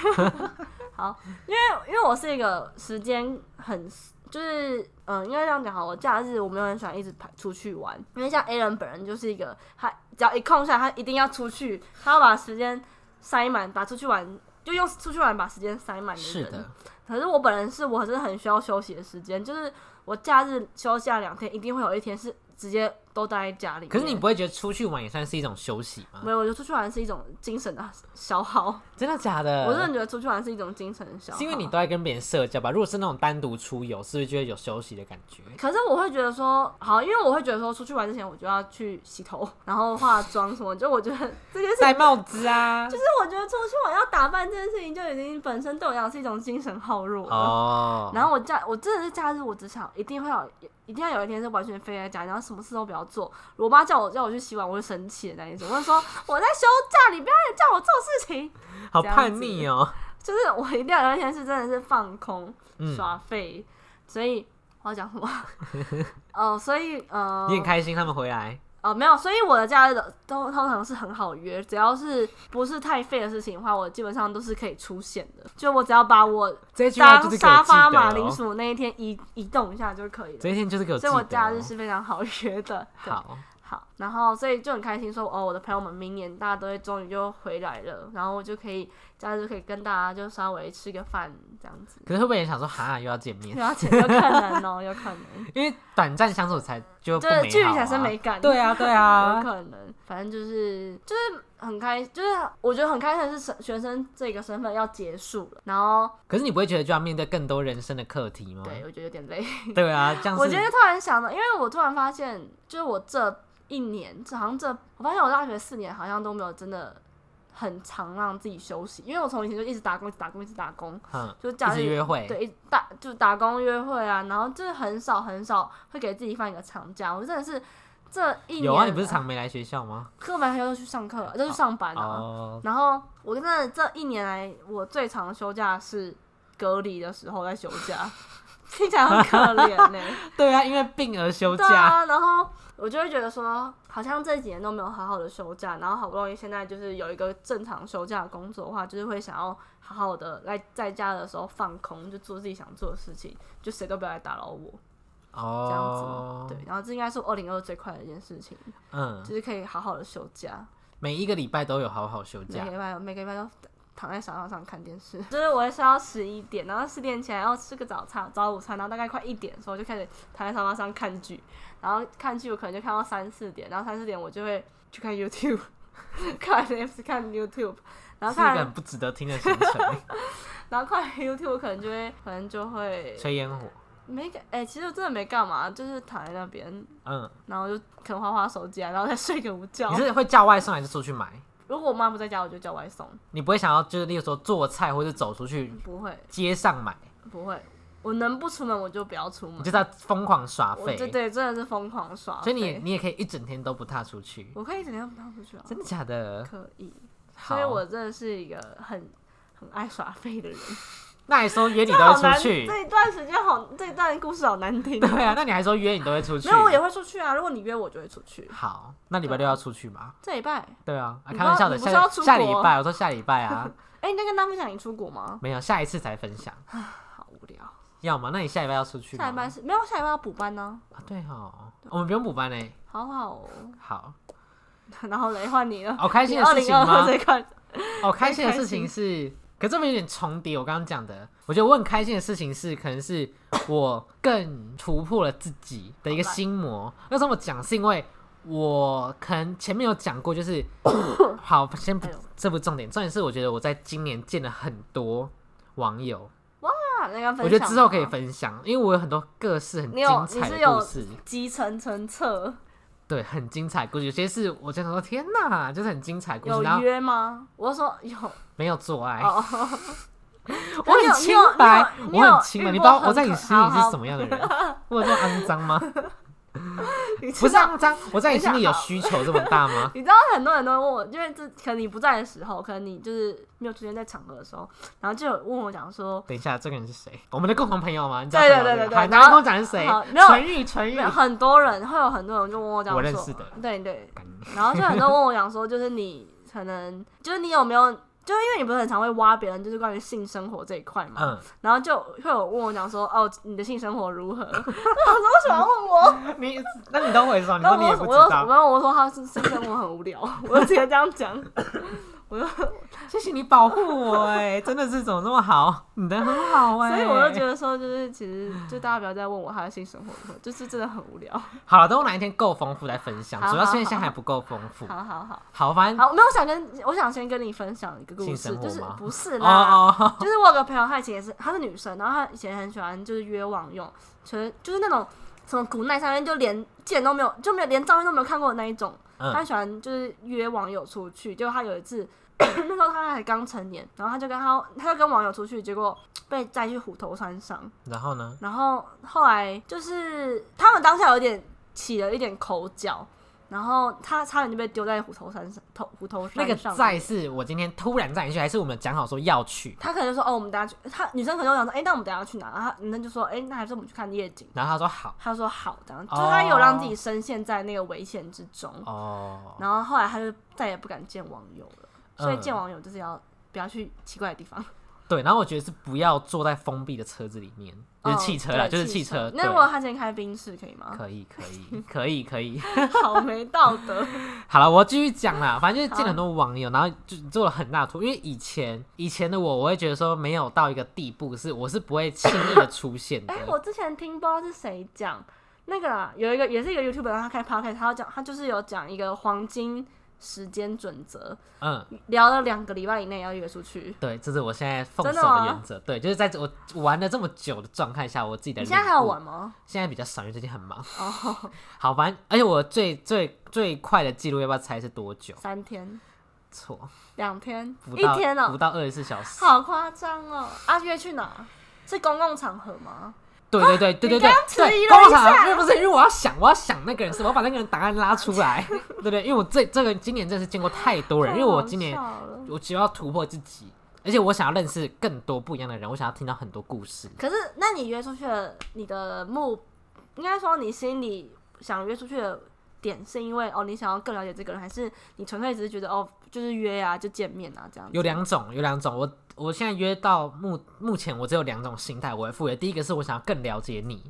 [SPEAKER 1] 好，因为因为我是一个时间很就是嗯，应该这样讲好，我假日我没有很喜欢一直排出去玩，因为像 A 人本人就是一个他只要一空下来，他一定要出去，他要把时间塞满，把出去玩就用出去玩把时间塞满的
[SPEAKER 2] 是
[SPEAKER 1] 人。
[SPEAKER 2] 的，
[SPEAKER 1] 可是我本人是我真的很需要休息的时间，就是我假日休假两天，一定会有一天是直接都待在家里面。
[SPEAKER 2] 可是你不会觉得出去玩也算是一种休息吗？
[SPEAKER 1] 没嗯有，我觉得出去玩是一种精神的消耗。
[SPEAKER 2] 真的假的？
[SPEAKER 1] 我真的觉得出去玩是一种精神的消耗。
[SPEAKER 2] 呃是因为你都在跟别人社交吧？如果是那种单独出游，是不是就会有休息的感 觉？
[SPEAKER 1] 可是我会觉得说，好，因为我会觉得说，出去玩之前我就要去洗头，然后化妆什么，就我觉得这件事，
[SPEAKER 2] 戴帽子啊，
[SPEAKER 1] 就是我觉得出去玩要打扮这件事情，就已经本身对我来讲是一种精神耗弱了。
[SPEAKER 2] 哦，
[SPEAKER 1] 然后我假，我真的是假日，我只想一定会有，一定要有一天是完全飞在家，然后什么事都不要做。我妈叫我叫我去洗碗，我就生气的那一种，我就说我在休假，你不要来叫我做事情。
[SPEAKER 2] 好叛逆哦。
[SPEAKER 1] 就是我一定要有一天是真的是放空、
[SPEAKER 2] 嗯，
[SPEAKER 1] 耍废，所以我要讲什么？ 哦、所以呃，
[SPEAKER 2] 你很开心他们回来，
[SPEAKER 1] 哦，没有，所以我的假日的都通常是很好约，只要是不是太废的事情的话，我基本上都是可以出现的。就我只要把我
[SPEAKER 2] 这句话就
[SPEAKER 1] 当
[SPEAKER 2] 是给我
[SPEAKER 1] 沙
[SPEAKER 2] 记得
[SPEAKER 1] 发马铃
[SPEAKER 2] 哦。
[SPEAKER 1] 薯那一天移移动一下就可以了。
[SPEAKER 2] 这一天就是给我记
[SPEAKER 1] 所以
[SPEAKER 2] 得哦。
[SPEAKER 1] 我假日是非常好约的。对，
[SPEAKER 2] 好，
[SPEAKER 1] 好，然后所以就很开心说，哦，我的朋友们明年大家都会终于就回来了，然后我就可以假日就可以跟大家就稍微吃个饭这样 子。
[SPEAKER 2] 可是会不会也想说哈又要见面？
[SPEAKER 1] 对啊，钱有可能哦，有可能，
[SPEAKER 2] 因为短暂相处才就不
[SPEAKER 1] 就是
[SPEAKER 2] 美
[SPEAKER 1] 距离
[SPEAKER 2] 好
[SPEAKER 1] 产
[SPEAKER 2] 啊
[SPEAKER 1] 生美感。
[SPEAKER 2] 对啊，对
[SPEAKER 1] 有
[SPEAKER 2] 啊，
[SPEAKER 1] 可能，反正就是就是很开，就是我觉得很开心的是学生这个身份要结束了，然后
[SPEAKER 2] 可是你不会觉得就要面对更多人生的课题吗？
[SPEAKER 1] 对我觉得有点累，
[SPEAKER 2] 对啊，这样
[SPEAKER 1] 我觉得
[SPEAKER 2] 是
[SPEAKER 1] 突然想到，因为我突然发现，就是我这一年，这好像这我发现我大学四年好像都没有真的很常让自己休息，因为我从以前就一直打工，一直打工，一直打工，
[SPEAKER 2] 嗯，
[SPEAKER 1] 就是假
[SPEAKER 2] 一直
[SPEAKER 1] 日
[SPEAKER 2] 约会，
[SPEAKER 1] 对，一打就打工约会啊，然后就是很少很少会给自己放一个长假，我真的是这一年
[SPEAKER 2] 有啊，你不是常没来学校吗？
[SPEAKER 1] 课完还要去上课，就去上班啊。
[SPEAKER 2] 哦，
[SPEAKER 1] 然后我真的这一年来，我最长的休假是隔离的时候在休假， 听起来很可怜欸呢、
[SPEAKER 2] 对啊，因为病而休
[SPEAKER 1] 对
[SPEAKER 2] 假，
[SPEAKER 1] 啊，然后我就会觉得说，好像这几年都没有好好的休假，然后好不容易现在就是有一个正常休假的工作的话，就是会想要好好的来在家的时候放空，就做自己想做的事情，就谁都不要来打扰我这样子。
[SPEAKER 2] 哦，
[SPEAKER 1] 对，，然后这应该是我二零二最快的一件事情，
[SPEAKER 2] 嗯，
[SPEAKER 1] 就是可以好好的休假。
[SPEAKER 2] 每一个礼拜都有好好休
[SPEAKER 1] 每
[SPEAKER 2] 假
[SPEAKER 1] 个，礼拜每个礼拜都躺在沙发上看电 视，就是我会睡到十一点，然后十点起来要吃个早餐、早午餐，然后大概快一点的时候就开始躺在沙发上看剧，然后看剧我可能就看到三四点，然后三四点我就会去看 YouTube，看 Netflix 看 YouTube，然后
[SPEAKER 2] 是一个
[SPEAKER 1] 看
[SPEAKER 2] 很不值得听的行 程，
[SPEAKER 1] 然后看 YouTube 我可能就会可能就会
[SPEAKER 2] 吹烟火，
[SPEAKER 1] 没干哎、其实我真的没干嘛，就是躺在那边，
[SPEAKER 2] 嗯，
[SPEAKER 1] 然后就可能划划手机啊，然后再睡个午觉
[SPEAKER 2] 你。是会叫外送还是出去买？
[SPEAKER 1] 如果我妈不在家，我就叫外送，
[SPEAKER 2] 你不会想要就是例如说做菜或者走出去
[SPEAKER 1] 不会
[SPEAKER 2] 街上买，
[SPEAKER 1] 不会，我能不出门我就不要出门
[SPEAKER 2] 你。就是要疯狂耍
[SPEAKER 1] 我
[SPEAKER 2] 废，
[SPEAKER 1] 这对真的是疯狂耍废，
[SPEAKER 2] 所以你你也可以一整天都不踏出去，
[SPEAKER 1] 我可以整天不当出去啊，
[SPEAKER 2] 真的假的？
[SPEAKER 1] 可以。
[SPEAKER 2] 好
[SPEAKER 1] 所以我真的是一个很很爱耍废的人。
[SPEAKER 2] 那还说约你
[SPEAKER 1] 这
[SPEAKER 2] 都
[SPEAKER 1] 好
[SPEAKER 2] 会
[SPEAKER 1] 难，
[SPEAKER 2] 出去，
[SPEAKER 1] 这一段时间好，这一段故事好难听。哦
[SPEAKER 2] 对啊，那你还说约你都会出去？
[SPEAKER 1] 没有，我也会出去啊。如果你约我，就会出去。
[SPEAKER 2] 好，那礼拜六要出去吗？
[SPEAKER 1] 这礼拜，
[SPEAKER 2] 对啊，啊
[SPEAKER 1] 你不
[SPEAKER 2] 开玩笑的，
[SPEAKER 1] 你不是要
[SPEAKER 2] 下
[SPEAKER 1] 出
[SPEAKER 2] 下礼
[SPEAKER 1] 国
[SPEAKER 2] 拜我说下礼拜啊，
[SPEAKER 1] 哎、你在跟大家分享你出国吗？
[SPEAKER 2] 没有，下一次才分享，
[SPEAKER 1] 好无聊。
[SPEAKER 2] 要吗？那你下礼拜要出去吗？
[SPEAKER 1] 下礼拜是没有，下礼拜要补班呢、
[SPEAKER 2] 啊，对哦，我们不用补班嘞。
[SPEAKER 1] 好好哦。
[SPEAKER 2] 好，
[SPEAKER 1] 然后雷换你了，
[SPEAKER 2] 哦，开心的事情
[SPEAKER 1] 二零二
[SPEAKER 2] 吗
[SPEAKER 1] 这？一块，
[SPEAKER 2] 哦，开 心的
[SPEAKER 1] 开
[SPEAKER 2] 事情是，可这边有点重叠。我刚刚讲的，我觉得我很开心的事情是，可能是我更突破了自己的一个
[SPEAKER 1] 好吧
[SPEAKER 2] 心魔。为什么讲？是因为我可能前面有讲过，就是 好，先不
[SPEAKER 1] 哎呦，
[SPEAKER 2] 这不重点，重点是我觉得我在今年见了很多网友。
[SPEAKER 1] 好像要分享吗，
[SPEAKER 2] 我觉得之后可以分享，因为我有很多各式很
[SPEAKER 1] 你有
[SPEAKER 2] 精彩
[SPEAKER 1] 你
[SPEAKER 2] 的
[SPEAKER 1] 是有
[SPEAKER 2] 故事，
[SPEAKER 1] 集成成册，
[SPEAKER 2] 对，很精彩的故事。有些是我真的说天哪，就是很精彩的故
[SPEAKER 1] 有
[SPEAKER 2] 事，然后
[SPEAKER 1] 约吗？我说有，
[SPEAKER 2] 没有做爱，
[SPEAKER 1] 哦，
[SPEAKER 2] 我很清白，我很清白，你
[SPEAKER 1] 你
[SPEAKER 2] 不知道我在你心里是什
[SPEAKER 1] 么？
[SPEAKER 2] 么样 的人，我有这么肮脏吗？
[SPEAKER 1] 你知
[SPEAKER 2] 不是啊
[SPEAKER 1] 道
[SPEAKER 2] 肮脏，我在你心里有需求这么大吗？
[SPEAKER 1] 你知道很多人都会问我，因为这可能你不在的时候，可能你就是没有出现在场合的时候，然后就有问我讲说，
[SPEAKER 2] 等一下，这个人是谁？我们的共同朋友吗？你知道
[SPEAKER 1] 对
[SPEAKER 2] 朋友
[SPEAKER 1] 对对
[SPEAKER 2] 吗
[SPEAKER 1] 对对
[SPEAKER 2] 好，
[SPEAKER 1] 然
[SPEAKER 2] 男
[SPEAKER 1] 后
[SPEAKER 2] 跟我讲是谁
[SPEAKER 1] 好？没有
[SPEAKER 2] 纯玉，纯玉
[SPEAKER 1] 没，有很多人会有很多人就问我讲说，
[SPEAKER 2] 我认识的
[SPEAKER 1] 对对，
[SPEAKER 2] 干你
[SPEAKER 1] 然后就很多人问我讲说，就是你可能就是你有没有，就是因为你不是很常会挖别人，就是关于性生活这一块嘛，
[SPEAKER 2] 嗯，
[SPEAKER 1] 然后就会有问我讲说，哦，你的性生活如 何？我 想说为什么要问我？
[SPEAKER 2] 你那你都回说，你
[SPEAKER 1] 然后
[SPEAKER 2] 说你
[SPEAKER 1] 我
[SPEAKER 2] 也
[SPEAKER 1] 有
[SPEAKER 2] 不知
[SPEAKER 1] 我有
[SPEAKER 2] 道，
[SPEAKER 1] 我有我说他是性生活很无聊，我就直接这样讲，我就
[SPEAKER 2] 谢谢你保护我，哎，真的是怎么那么好？你的很好哎，
[SPEAKER 1] 所以我就觉得说，就是其实就大家不要再问我他的性生活如何，就是真的很无聊。
[SPEAKER 2] 好了，等我哪一天够丰富再分享，
[SPEAKER 1] 好
[SPEAKER 2] 主要是因为
[SPEAKER 1] 好
[SPEAKER 2] 现在
[SPEAKER 1] 好
[SPEAKER 2] 还不够丰富。
[SPEAKER 1] 好好好，
[SPEAKER 2] 好，反正
[SPEAKER 1] 好，没有我想跟我想先跟你分享一个故
[SPEAKER 2] 性
[SPEAKER 1] 事
[SPEAKER 2] 生，活
[SPEAKER 1] 就是
[SPEAKER 2] 吗
[SPEAKER 1] 不是
[SPEAKER 2] 哦
[SPEAKER 1] 啦，
[SPEAKER 2] 哦，哦
[SPEAKER 1] 就是我有个朋友，她以前也是，她是女生，然后她以前很喜欢就是约网用，就是就是那种什么古奈上面就连见都没有，就没有连照片都没有看过的那一种。她
[SPEAKER 2] 嗯
[SPEAKER 1] 很喜欢就是约网友出去，结果她有一次 那时候她还刚成年，然后她就跟她她就跟网友出去，结果被载去虎头山上，
[SPEAKER 2] 然后呢？
[SPEAKER 1] 然后后来就是他们当下有点起了一点口角，然后他差点就被丢在虎头山上，头虎头山
[SPEAKER 2] 那
[SPEAKER 1] 上
[SPEAKER 2] 个
[SPEAKER 1] 面。
[SPEAKER 2] 在是我今天突然载你去，还是我们讲好说要去？
[SPEAKER 1] 他可能就说哦，我们等下去。他女生可能就想说，哎、那我们等下去哪？然后他女生就说，哎、那还是我们去看夜景。
[SPEAKER 2] 然后他说好
[SPEAKER 1] 他说好，这样就
[SPEAKER 2] 哦
[SPEAKER 1] 是他有让自己深陷在那个危险之中。
[SPEAKER 2] 哦，
[SPEAKER 1] 然后后来他就再也不敢见网友了，所以
[SPEAKER 2] 嗯
[SPEAKER 1] 见网友就是要不要去奇怪的地方，
[SPEAKER 2] 对，然后我觉得是不要坐在封闭的车子里面，就是汽车啦，
[SPEAKER 1] 哦对
[SPEAKER 2] 就是汽车，
[SPEAKER 1] 那
[SPEAKER 2] 对
[SPEAKER 1] 如果他今天开宾士可以吗？
[SPEAKER 2] 可以可以可以可以，
[SPEAKER 1] 好没道德。
[SPEAKER 2] 好了，我继续讲啦。反正就是见了很多网友，然后就做了很大的图。因为以前以前的我，我会觉得说没有到一个地步，是我是不会轻易的出现 的
[SPEAKER 1] 哎、。我之前听不知道是谁讲那个啦，有一个也是一个 YouTube，他开 Podcast，他要讲他就是有讲一个黄金时间准则，
[SPEAKER 2] 嗯，
[SPEAKER 1] 聊了两个礼拜以内要约出去。
[SPEAKER 2] 对，这是我现在奉
[SPEAKER 1] 真
[SPEAKER 2] 守
[SPEAKER 1] 的
[SPEAKER 2] 的
[SPEAKER 1] 吗
[SPEAKER 2] 原则。对，就是在我玩了这么久的状态下，我自己的
[SPEAKER 1] 你现在
[SPEAKER 2] 领
[SPEAKER 1] 还有
[SPEAKER 2] 悟
[SPEAKER 1] 玩吗？
[SPEAKER 2] 现在比较少，因为最近很忙。
[SPEAKER 1] 哦，
[SPEAKER 2] 好，反正而且我最最最快的记录，要不要猜是多久？
[SPEAKER 1] 三天、
[SPEAKER 2] 错，
[SPEAKER 1] 两天、
[SPEAKER 2] 不
[SPEAKER 1] 一
[SPEAKER 2] 到
[SPEAKER 1] 天
[SPEAKER 2] 不
[SPEAKER 1] 哦，
[SPEAKER 2] 到二十四小时。
[SPEAKER 1] 好夸张哦！啊，约去哪？是公共场合吗？
[SPEAKER 2] 对对对对对
[SPEAKER 1] 你
[SPEAKER 2] 对
[SPEAKER 1] 刚刚迟
[SPEAKER 2] 对，
[SPEAKER 1] 疑
[SPEAKER 2] 工
[SPEAKER 1] 了一
[SPEAKER 2] 厂
[SPEAKER 1] 下
[SPEAKER 2] 不是不是，因为我要想我要想那个人是，我要把那个人档案拉出 来，对不对？因为我这这个今年真的是见过太多人，因为我今年
[SPEAKER 1] 太好笑了
[SPEAKER 2] 我只要突破自己，而且我想要认识更多不一样的人，我想要听到很多故事。
[SPEAKER 1] 可是，那你约出去的，你的目，应该说你心里想约出去的点，是因为哦，你想要更了解这个人，还是你纯粹只是觉得哦，就是约啊，就见面啊这样子？
[SPEAKER 2] 有两种，有两种。我我现在约到目目前，我只有两种心态我会赴约。第一个是我想要更了解你，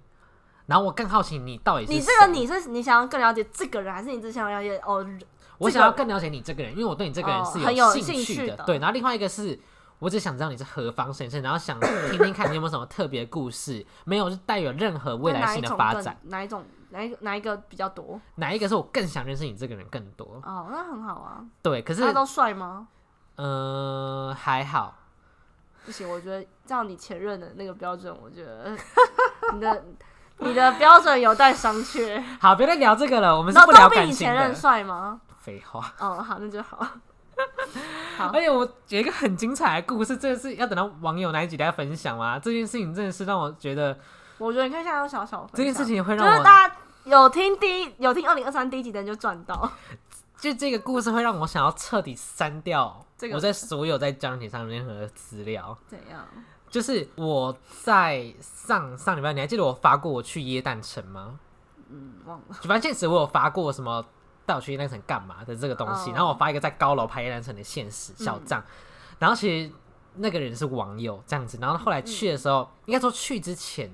[SPEAKER 2] 然后我更好奇你到底是
[SPEAKER 1] 你这
[SPEAKER 2] 谁
[SPEAKER 1] 个你是你想要更了解这个人，还是你只想了解哦？
[SPEAKER 2] 我
[SPEAKER 1] 这
[SPEAKER 2] 想要
[SPEAKER 1] 个
[SPEAKER 2] 更了解你这个人，因为我对你这个人
[SPEAKER 1] 哦
[SPEAKER 2] 是
[SPEAKER 1] 很有
[SPEAKER 2] 兴
[SPEAKER 1] 兴
[SPEAKER 2] 趣
[SPEAKER 1] 趣
[SPEAKER 2] 的。
[SPEAKER 1] 的
[SPEAKER 2] 对，然后另外一个是。我只想知道你是何方神圣，然后想听听看你有没有什么特别的故事，没有就带有任何未
[SPEAKER 1] 那
[SPEAKER 2] 来
[SPEAKER 1] 哪一
[SPEAKER 2] 性的
[SPEAKER 1] 种
[SPEAKER 2] 发
[SPEAKER 1] 更
[SPEAKER 2] 展。
[SPEAKER 1] 哪一种哪一个哪一个比较多？
[SPEAKER 2] 哪一个是我更想认识你这个人更多？
[SPEAKER 1] 哦，那很好啊。
[SPEAKER 2] 对，可是
[SPEAKER 1] 他都帅吗？
[SPEAKER 2] 呃还好，
[SPEAKER 1] 不行，我觉得照你前任的那个标准，我觉得你的 你的标准有待商榷。
[SPEAKER 2] 好，别再聊这个了，我们是
[SPEAKER 1] 那
[SPEAKER 2] 不聊
[SPEAKER 1] 都比
[SPEAKER 2] 感
[SPEAKER 1] 你
[SPEAKER 2] 情
[SPEAKER 1] 前任
[SPEAKER 2] 的。
[SPEAKER 1] 帅吗？
[SPEAKER 2] 废话，
[SPEAKER 1] 哦，好，那就好。好
[SPEAKER 2] 而且我有一个很精彩的故事，这个是要等到网友哪一集来分享吗？这件事情真的是让我觉得
[SPEAKER 1] 我觉得你看现在有小小分享
[SPEAKER 2] 这件事情会
[SPEAKER 1] 就
[SPEAKER 2] 让
[SPEAKER 1] 是
[SPEAKER 2] 我，
[SPEAKER 1] 大家有听第一有听二零二三第一集的人就赚到。
[SPEAKER 2] 就这个故事会让我想要彻底删掉
[SPEAKER 1] 这个
[SPEAKER 2] 我在所有在交友软件上任何的资料。
[SPEAKER 1] 怎样？
[SPEAKER 2] 就是我在上上礼拜，你还记得我发过我去耶诞城吗？
[SPEAKER 1] 嗯，忘了。
[SPEAKER 2] 就反正现实我有发过什么带我去耶诞城干嘛的这个东西，
[SPEAKER 1] 哦
[SPEAKER 2] 然后我发一个在高楼拍耶诞城的现实小账，然后其实那个人是网友这样子，然后后来去的时候，应该说去之前。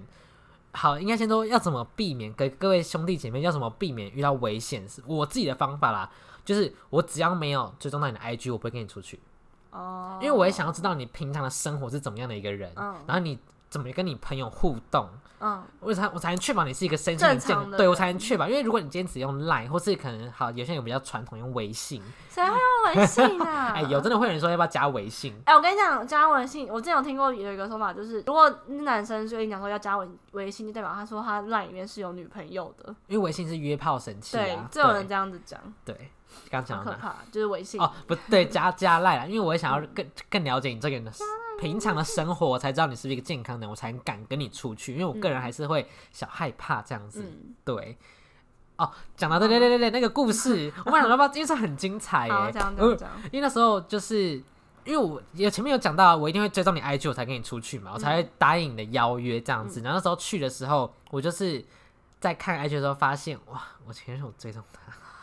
[SPEAKER 2] 好，应该先说要怎么避免，跟各位兄弟姐妹要怎么避免遇到危险。是我自己的方法啦，就是我只要没有追踪到你的 IG，我不会跟你出去。
[SPEAKER 1] 哦，
[SPEAKER 2] 因为我也想要知道你平常的生活是怎么样的一个人，
[SPEAKER 1] 嗯
[SPEAKER 2] 然后你怎么跟你朋友互动，
[SPEAKER 1] 嗯，
[SPEAKER 2] 我才我才能确保你是一个身心灵
[SPEAKER 1] 正
[SPEAKER 2] 健
[SPEAKER 1] 常
[SPEAKER 2] 康，
[SPEAKER 1] 的
[SPEAKER 2] 对我
[SPEAKER 1] 人
[SPEAKER 2] 才能确保。因为如果你今天只用 Line，或是可能好有些人比较传统用微信，
[SPEAKER 1] 谁会用微信啊！
[SPEAKER 2] 哎，有真的会有人说要不要加微信？
[SPEAKER 1] 哎、我跟你讲，加微信，我之前有听过有一个说法，就是如果男生就跟你讲说要加微微信，就代表他说他 line 里面是有女朋友的。
[SPEAKER 2] 因为微信是约炮神器
[SPEAKER 1] 对
[SPEAKER 2] 啊，，
[SPEAKER 1] 就有人这样子讲，
[SPEAKER 2] 对，刚刚
[SPEAKER 1] 好
[SPEAKER 2] 讲到
[SPEAKER 1] 可
[SPEAKER 2] 哪？
[SPEAKER 1] 怕，就是微信。
[SPEAKER 2] 哦，不对，加加赖啦，因为我也想要更更了解你这个人的平常的生活，我才知道你是不是一个健康的人，我才敢跟你出去。因为我个人还是会小害怕这样子。
[SPEAKER 1] 嗯，
[SPEAKER 2] 对，哦，讲到对对对对对那个 故事，我们想要不要？因为这很精彩耶
[SPEAKER 1] 好，这样这
[SPEAKER 2] 呃
[SPEAKER 1] 样这样，
[SPEAKER 2] 因为那时候就是。因为我也前面有讲到，啊我一定会追踪你 IG，我才跟你出去嘛，
[SPEAKER 1] 嗯
[SPEAKER 2] 我才会答应你的邀约这样子。然后那时候去的时候，我就是在看 IG 的时候发现，哇，我前任有追踪他，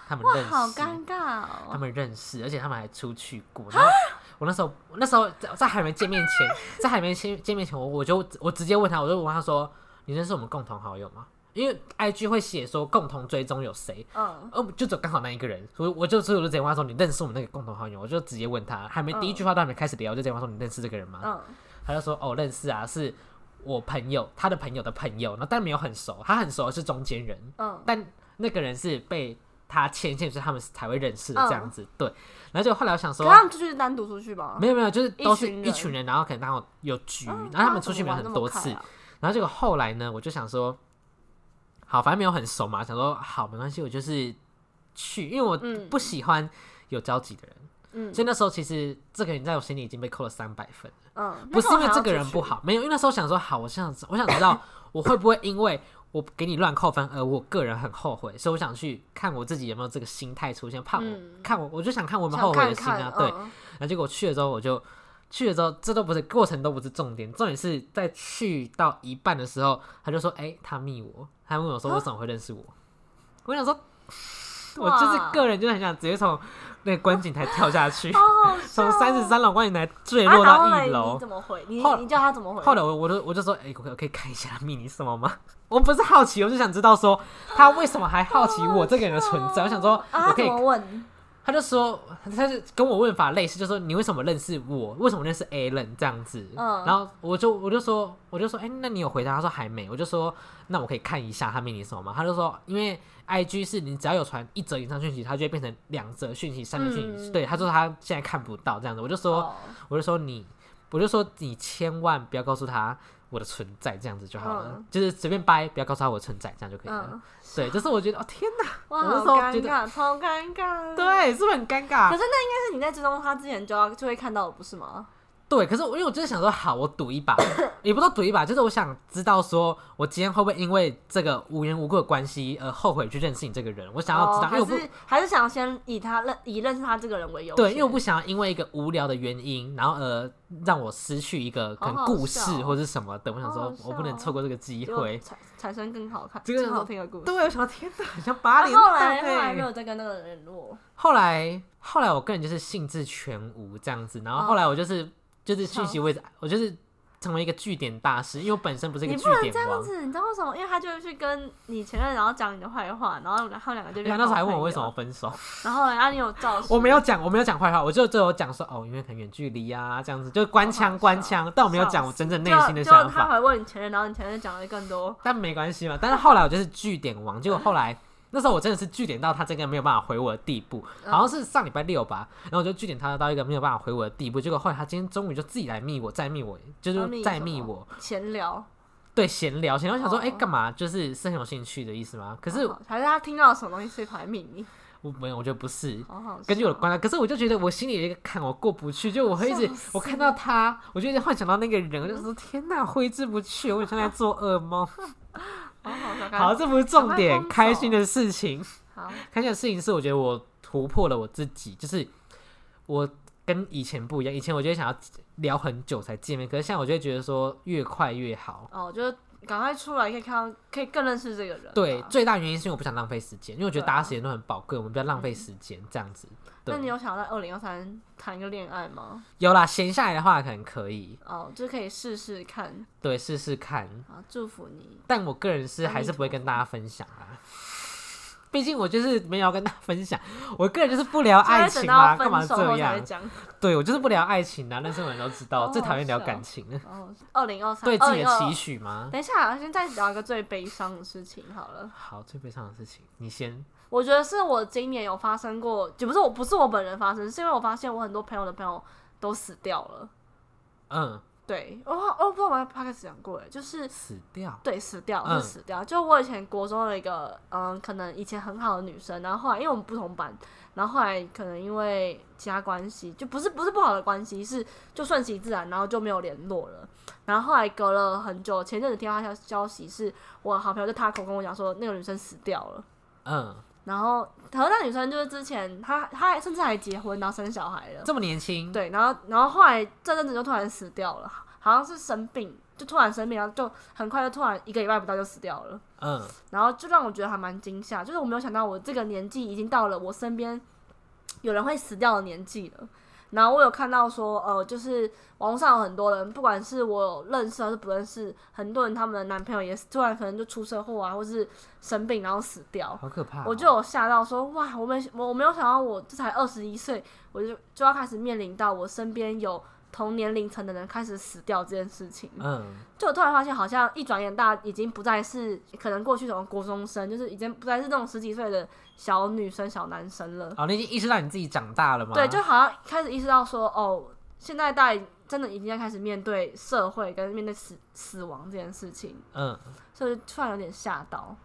[SPEAKER 2] 他们
[SPEAKER 1] 哇，
[SPEAKER 2] 认识，
[SPEAKER 1] 嗯好尴尬
[SPEAKER 2] 他
[SPEAKER 1] 哦。啊
[SPEAKER 2] 们认识，而且他们还出去过。然后我那时候，我那时候在在还没见面前，在还没见见面前，我我就我直接问他，我就问他说：“你认识我们共同好友吗？”因为 I G 会写说共同追踪有谁，
[SPEAKER 1] 嗯，
[SPEAKER 2] 哦，就只有刚好那一个人，所以我就所以我就直接问他说：“你认识我们那个共同好友？”我就直接问他，还没
[SPEAKER 1] 嗯
[SPEAKER 2] 第一句话都还没开始聊，我就直接问他说：“你认识这个人吗？”
[SPEAKER 1] 嗯，
[SPEAKER 2] 他就说：“哦，认识啊，是我朋友，他的朋友的朋友，那但没有很熟，他很熟的是中间人。”
[SPEAKER 1] 嗯，
[SPEAKER 2] 但那个人是被他牵线，所以他们才会认识的这样子。对，然后就后来我想
[SPEAKER 1] 嗯可
[SPEAKER 2] 说
[SPEAKER 1] 是，他们就是单独出去吧？
[SPEAKER 2] 没有没有，就是都是
[SPEAKER 1] 一群人
[SPEAKER 2] 一群人，然后可能刚好有局，
[SPEAKER 1] 嗯
[SPEAKER 2] 然后他们出去玩很多次，
[SPEAKER 1] 那怎么玩那么快啊
[SPEAKER 2] 然后结果后来呢，我就想说，好，反正没有很熟嘛，想说好没关系，我就是去，因为我
[SPEAKER 1] 嗯
[SPEAKER 2] 不喜欢有交集的人，
[SPEAKER 1] 嗯
[SPEAKER 2] 所以那时候其实这个人在我心里已经被扣了三百分。
[SPEAKER 1] 嗯，
[SPEAKER 2] 不是因为这个人
[SPEAKER 1] 那
[SPEAKER 2] 不
[SPEAKER 1] 干嘛还要出去，
[SPEAKER 2] 好，没有，因为那时候想说，好，我想我想知道我会不会因为我给你乱扣分而我个人很后悔，所以我想去看我自己有没有这个心态出现，怕我、
[SPEAKER 1] 嗯
[SPEAKER 2] 看我我就想看我有没有
[SPEAKER 1] 想
[SPEAKER 2] 后悔
[SPEAKER 1] 看
[SPEAKER 2] 的心啊
[SPEAKER 1] 看，
[SPEAKER 2] 对。
[SPEAKER 1] 嗯
[SPEAKER 2] 然后结果去了之后，我就去了之后，这都不是过程都不是重点，重点是在去到一半的时候，他就说，哎、他密我，他问我
[SPEAKER 1] 啊
[SPEAKER 2] 说为什么会认识我，我 想说。我就是
[SPEAKER 1] 哇
[SPEAKER 2] 个人，就是很想直接从那个观景台跳 下去，
[SPEAKER 1] 好 好笑
[SPEAKER 2] 从
[SPEAKER 1] 哦
[SPEAKER 2] 三十三楼观景台坠
[SPEAKER 1] 啊
[SPEAKER 2] 落
[SPEAKER 1] 然后
[SPEAKER 2] 到
[SPEAKER 1] 嘞
[SPEAKER 2] 一楼
[SPEAKER 1] 你。怎么回？你
[SPEAKER 2] 后
[SPEAKER 1] 你叫他怎么回？
[SPEAKER 2] 后来我我就我就说，哎、我可我可以看一下他密你什么吗？ 我不是好奇，我就想知道说他为什么还好奇我这个人的存在。我想说，
[SPEAKER 1] 啊，
[SPEAKER 2] 我
[SPEAKER 1] 他
[SPEAKER 2] 可
[SPEAKER 1] 怎
[SPEAKER 2] 以，
[SPEAKER 1] 么问？
[SPEAKER 2] 他就说，他就跟我问法类似，就说你为什么认识我？为什么认识 Alan 这样子？
[SPEAKER 1] 嗯
[SPEAKER 2] 然后我就我就说我就说，哎、那你有回答？他说还没。我就说，那我可以看一下他密你什么吗？他就说，因为 IG 是你只要有传一则以上讯息，它就会变成两则讯息、三则讯息。
[SPEAKER 1] 嗯
[SPEAKER 2] 对，他说他现在看不到这样子。我就说，
[SPEAKER 1] 哦
[SPEAKER 2] 我就说你，我就说你千万不要告诉他我的存在，这样子就好了，
[SPEAKER 1] 嗯
[SPEAKER 2] 就是随便掰，不要告诉他我的存在，这样就可以了。
[SPEAKER 1] 嗯，
[SPEAKER 2] 对，就是我觉得哦天哪，
[SPEAKER 1] 哇，
[SPEAKER 2] 我那
[SPEAKER 1] 好
[SPEAKER 2] 时候
[SPEAKER 1] 尴
[SPEAKER 2] 觉得
[SPEAKER 1] 尬，超尴尬。，
[SPEAKER 2] 对，是不是很尴
[SPEAKER 1] 可
[SPEAKER 2] 尬？
[SPEAKER 1] 是那应该是你在追踪他之前就要就会看到的，不是吗？
[SPEAKER 2] 对，可是我因为我就是想说，好，我赌一把，也不是说赌一把，就是我想知道说，我今天会不会因为这个无缘无故的关系而后悔去认识你这个人？我想要知道，
[SPEAKER 1] 哦
[SPEAKER 2] 因为我不
[SPEAKER 1] 还是还是想先以他认以认识他这个人为优先。
[SPEAKER 2] 对，因为我不想要因为一个无聊的原因，然后呃让我失去一个可
[SPEAKER 1] 好
[SPEAKER 2] 能
[SPEAKER 1] 好
[SPEAKER 2] 故
[SPEAKER 1] 笑
[SPEAKER 2] 事
[SPEAKER 1] 哦
[SPEAKER 2] 或是什么的。我想
[SPEAKER 1] 好
[SPEAKER 2] 说
[SPEAKER 1] 好，
[SPEAKER 2] 我不能
[SPEAKER 1] 笑哦
[SPEAKER 2] 错过这个机
[SPEAKER 1] 就
[SPEAKER 2] 会。
[SPEAKER 1] 产产生更好看、
[SPEAKER 2] 这个
[SPEAKER 1] 更好听的故事。
[SPEAKER 2] 对，我想到天哪，很像
[SPEAKER 1] 啊
[SPEAKER 2] 八点
[SPEAKER 1] 后来
[SPEAKER 2] 档
[SPEAKER 1] 后来没
[SPEAKER 2] 哎。
[SPEAKER 1] 有再跟那个人联络，
[SPEAKER 2] 后来后来我个人就是兴致全无这样子，然后
[SPEAKER 1] 哦
[SPEAKER 2] 后来我就是、就是讯息位置，我就是成为一个据点大师，因为我本身不是一个
[SPEAKER 1] 你
[SPEAKER 2] 据
[SPEAKER 1] 不能这
[SPEAKER 2] 点
[SPEAKER 1] 样
[SPEAKER 2] 王。
[SPEAKER 1] 子，你知道为什么？因为他就会去跟你前任，然后讲你的坏话，然后他们两个就
[SPEAKER 2] 对
[SPEAKER 1] 变。
[SPEAKER 2] 啊，那时候还问我为什么，分手，
[SPEAKER 1] 然后然后你有照实，
[SPEAKER 2] 我没有讲，我没有讲坏话，我就只有讲说哦，因为很远距离啊，这样子就官腔
[SPEAKER 1] 好
[SPEAKER 2] 官
[SPEAKER 1] 笑
[SPEAKER 2] 腔，但我没有讲我真正内心的
[SPEAKER 1] 就
[SPEAKER 2] 想
[SPEAKER 1] 就他
[SPEAKER 2] 法，
[SPEAKER 1] 还问你前任，然后你前任讲的更多，
[SPEAKER 2] 但没关系嘛。但是后来我就是据点王，结果后来那时候我真的是据点到他真的没有办法回我的地步，
[SPEAKER 1] 哦
[SPEAKER 2] 好像是上礼拜六吧，然后我就据点他到一个没有办法回我的地步，结果后来他今天终于就自己来密我，再密我，就
[SPEAKER 1] 他哦密
[SPEAKER 2] 是
[SPEAKER 1] 你
[SPEAKER 2] 再
[SPEAKER 1] 什
[SPEAKER 2] 密
[SPEAKER 1] 么
[SPEAKER 2] 我，
[SPEAKER 1] 闲聊。
[SPEAKER 2] 对闲聊，闲聊想说，
[SPEAKER 1] 哦
[SPEAKER 2] 哎、干嘛？就是是很有兴趣的意思吗？可是
[SPEAKER 1] 好还是他听到什么东西，所以跑来命你，
[SPEAKER 2] 我没有，我觉得不是。
[SPEAKER 1] 好好笑。
[SPEAKER 2] 根据我的观察，可是我就觉得我心里有一个坎，我过不去。就我会一直
[SPEAKER 1] 笑死，
[SPEAKER 2] 我看到他，我就一直幻想到那个人，我就说天哪，挥之不去，我很像在做噩梦。
[SPEAKER 1] 好好笑。
[SPEAKER 2] 好，这不是重
[SPEAKER 1] 赶
[SPEAKER 2] 点，
[SPEAKER 1] 快
[SPEAKER 2] 开
[SPEAKER 1] 分手
[SPEAKER 2] 心的事情。
[SPEAKER 1] 好，
[SPEAKER 2] 开心的事情是，我觉得我突破了我自己，就是我跟以前不一样。以前我就会想要聊很久才见面，可是现在我就会觉得说越快越好。
[SPEAKER 1] 哦，就是赶快出来，可以看到，可以更认识这个人。
[SPEAKER 2] 对，，最大原因是因为我不想浪费时间，因为我觉
[SPEAKER 1] 对
[SPEAKER 2] 得
[SPEAKER 1] 啊
[SPEAKER 2] 大家时间都很宝贵，我们不要浪费时间这样子。对
[SPEAKER 1] 那，你有想要在二零二三谈一个恋爱吗？
[SPEAKER 2] 有啦，闲下来的话可能可以，
[SPEAKER 1] 哦，就可以试试看。
[SPEAKER 2] 对，试试看。
[SPEAKER 1] 好，祝福你。
[SPEAKER 2] 但我个人是
[SPEAKER 1] 阿弥
[SPEAKER 2] 还是不会
[SPEAKER 1] 陀佛
[SPEAKER 2] 跟大家分享啦。啊毕竟我就是没有要跟他分享， 我个人就是不聊
[SPEAKER 1] 就
[SPEAKER 2] 爱
[SPEAKER 1] 会
[SPEAKER 2] 情
[SPEAKER 1] 等
[SPEAKER 2] 啊，
[SPEAKER 1] 到
[SPEAKER 2] 干嘛
[SPEAKER 1] 分手后
[SPEAKER 2] 这
[SPEAKER 1] 才会
[SPEAKER 2] 样？
[SPEAKER 1] 讲。
[SPEAKER 2] 对我就是不聊爱情啊，认识我的人都知
[SPEAKER 1] 好
[SPEAKER 2] 道，最讨厌聊
[SPEAKER 1] 好笑
[SPEAKER 2] 感情了。
[SPEAKER 1] 哦，二零二三
[SPEAKER 2] 对自己的期。
[SPEAKER 1] 2022
[SPEAKER 2] 许吗？
[SPEAKER 1] 等一下，先再聊一个最悲伤的事情好了。
[SPEAKER 2] 好，最悲伤的事情，你先。
[SPEAKER 1] 我觉得是我今年有发生过，就不是我不是我本人发生，是因为我发现我很多朋友的朋友都死掉了。
[SPEAKER 2] 嗯，
[SPEAKER 1] 对，我好我不知道我在 p o d 讲过哎，就是
[SPEAKER 2] 死掉。
[SPEAKER 1] 对，死掉
[SPEAKER 2] 嗯
[SPEAKER 1] 是死掉。就我以前国中的一个，嗯，可能以前很好的女生，然后后来因为我们不同班，然后后来可能因为其他关系，就不是不是不好的关系，是就顺其自然，然后就没有联络了。然后后来隔了很久，前阵子听到她消消息是，我好朋友就他口跟我讲说，那个女生死掉了。
[SPEAKER 2] 嗯，
[SPEAKER 1] 然后，可是那女生就是之前她她甚至还结婚，然后生小孩了。
[SPEAKER 2] 这么年轻。
[SPEAKER 1] 嗯对，然后然后后来这阵子就突然死掉了，好像是生病，就突然生病，然后就很快就突然一个礼拜不到就死掉了，
[SPEAKER 2] 嗯，
[SPEAKER 1] 然后就让我觉得还蛮惊吓，就是我没有想到我这个年纪已经到了我身边有人会死掉的年纪了。然后我有看到说，呃，就是网络上有很多人，不管是我认识还是不认识，很多人他们的男朋友也是突然可能就出车祸啊，或是生病然后死掉。
[SPEAKER 2] 好可怕哦。
[SPEAKER 1] 我就有吓到说，哇，我没我我没有想到，我这才二十一岁，我就就要开始面临到我身边有同年龄层的人开始死掉这件事情。
[SPEAKER 2] 嗯
[SPEAKER 1] 就我突然发现，好像一转眼，大家已经不再是可能过去那种国中生，就是已经不再是那种十几岁的小女生、小男生了。
[SPEAKER 2] 哦，你已经意识到你自己长大了吗？
[SPEAKER 1] 对，就好像开始意识到说，哦，现在大家真的已经在开始面对社会跟面对死死亡这件事情，
[SPEAKER 2] 嗯。
[SPEAKER 1] 所以突然有点吓到。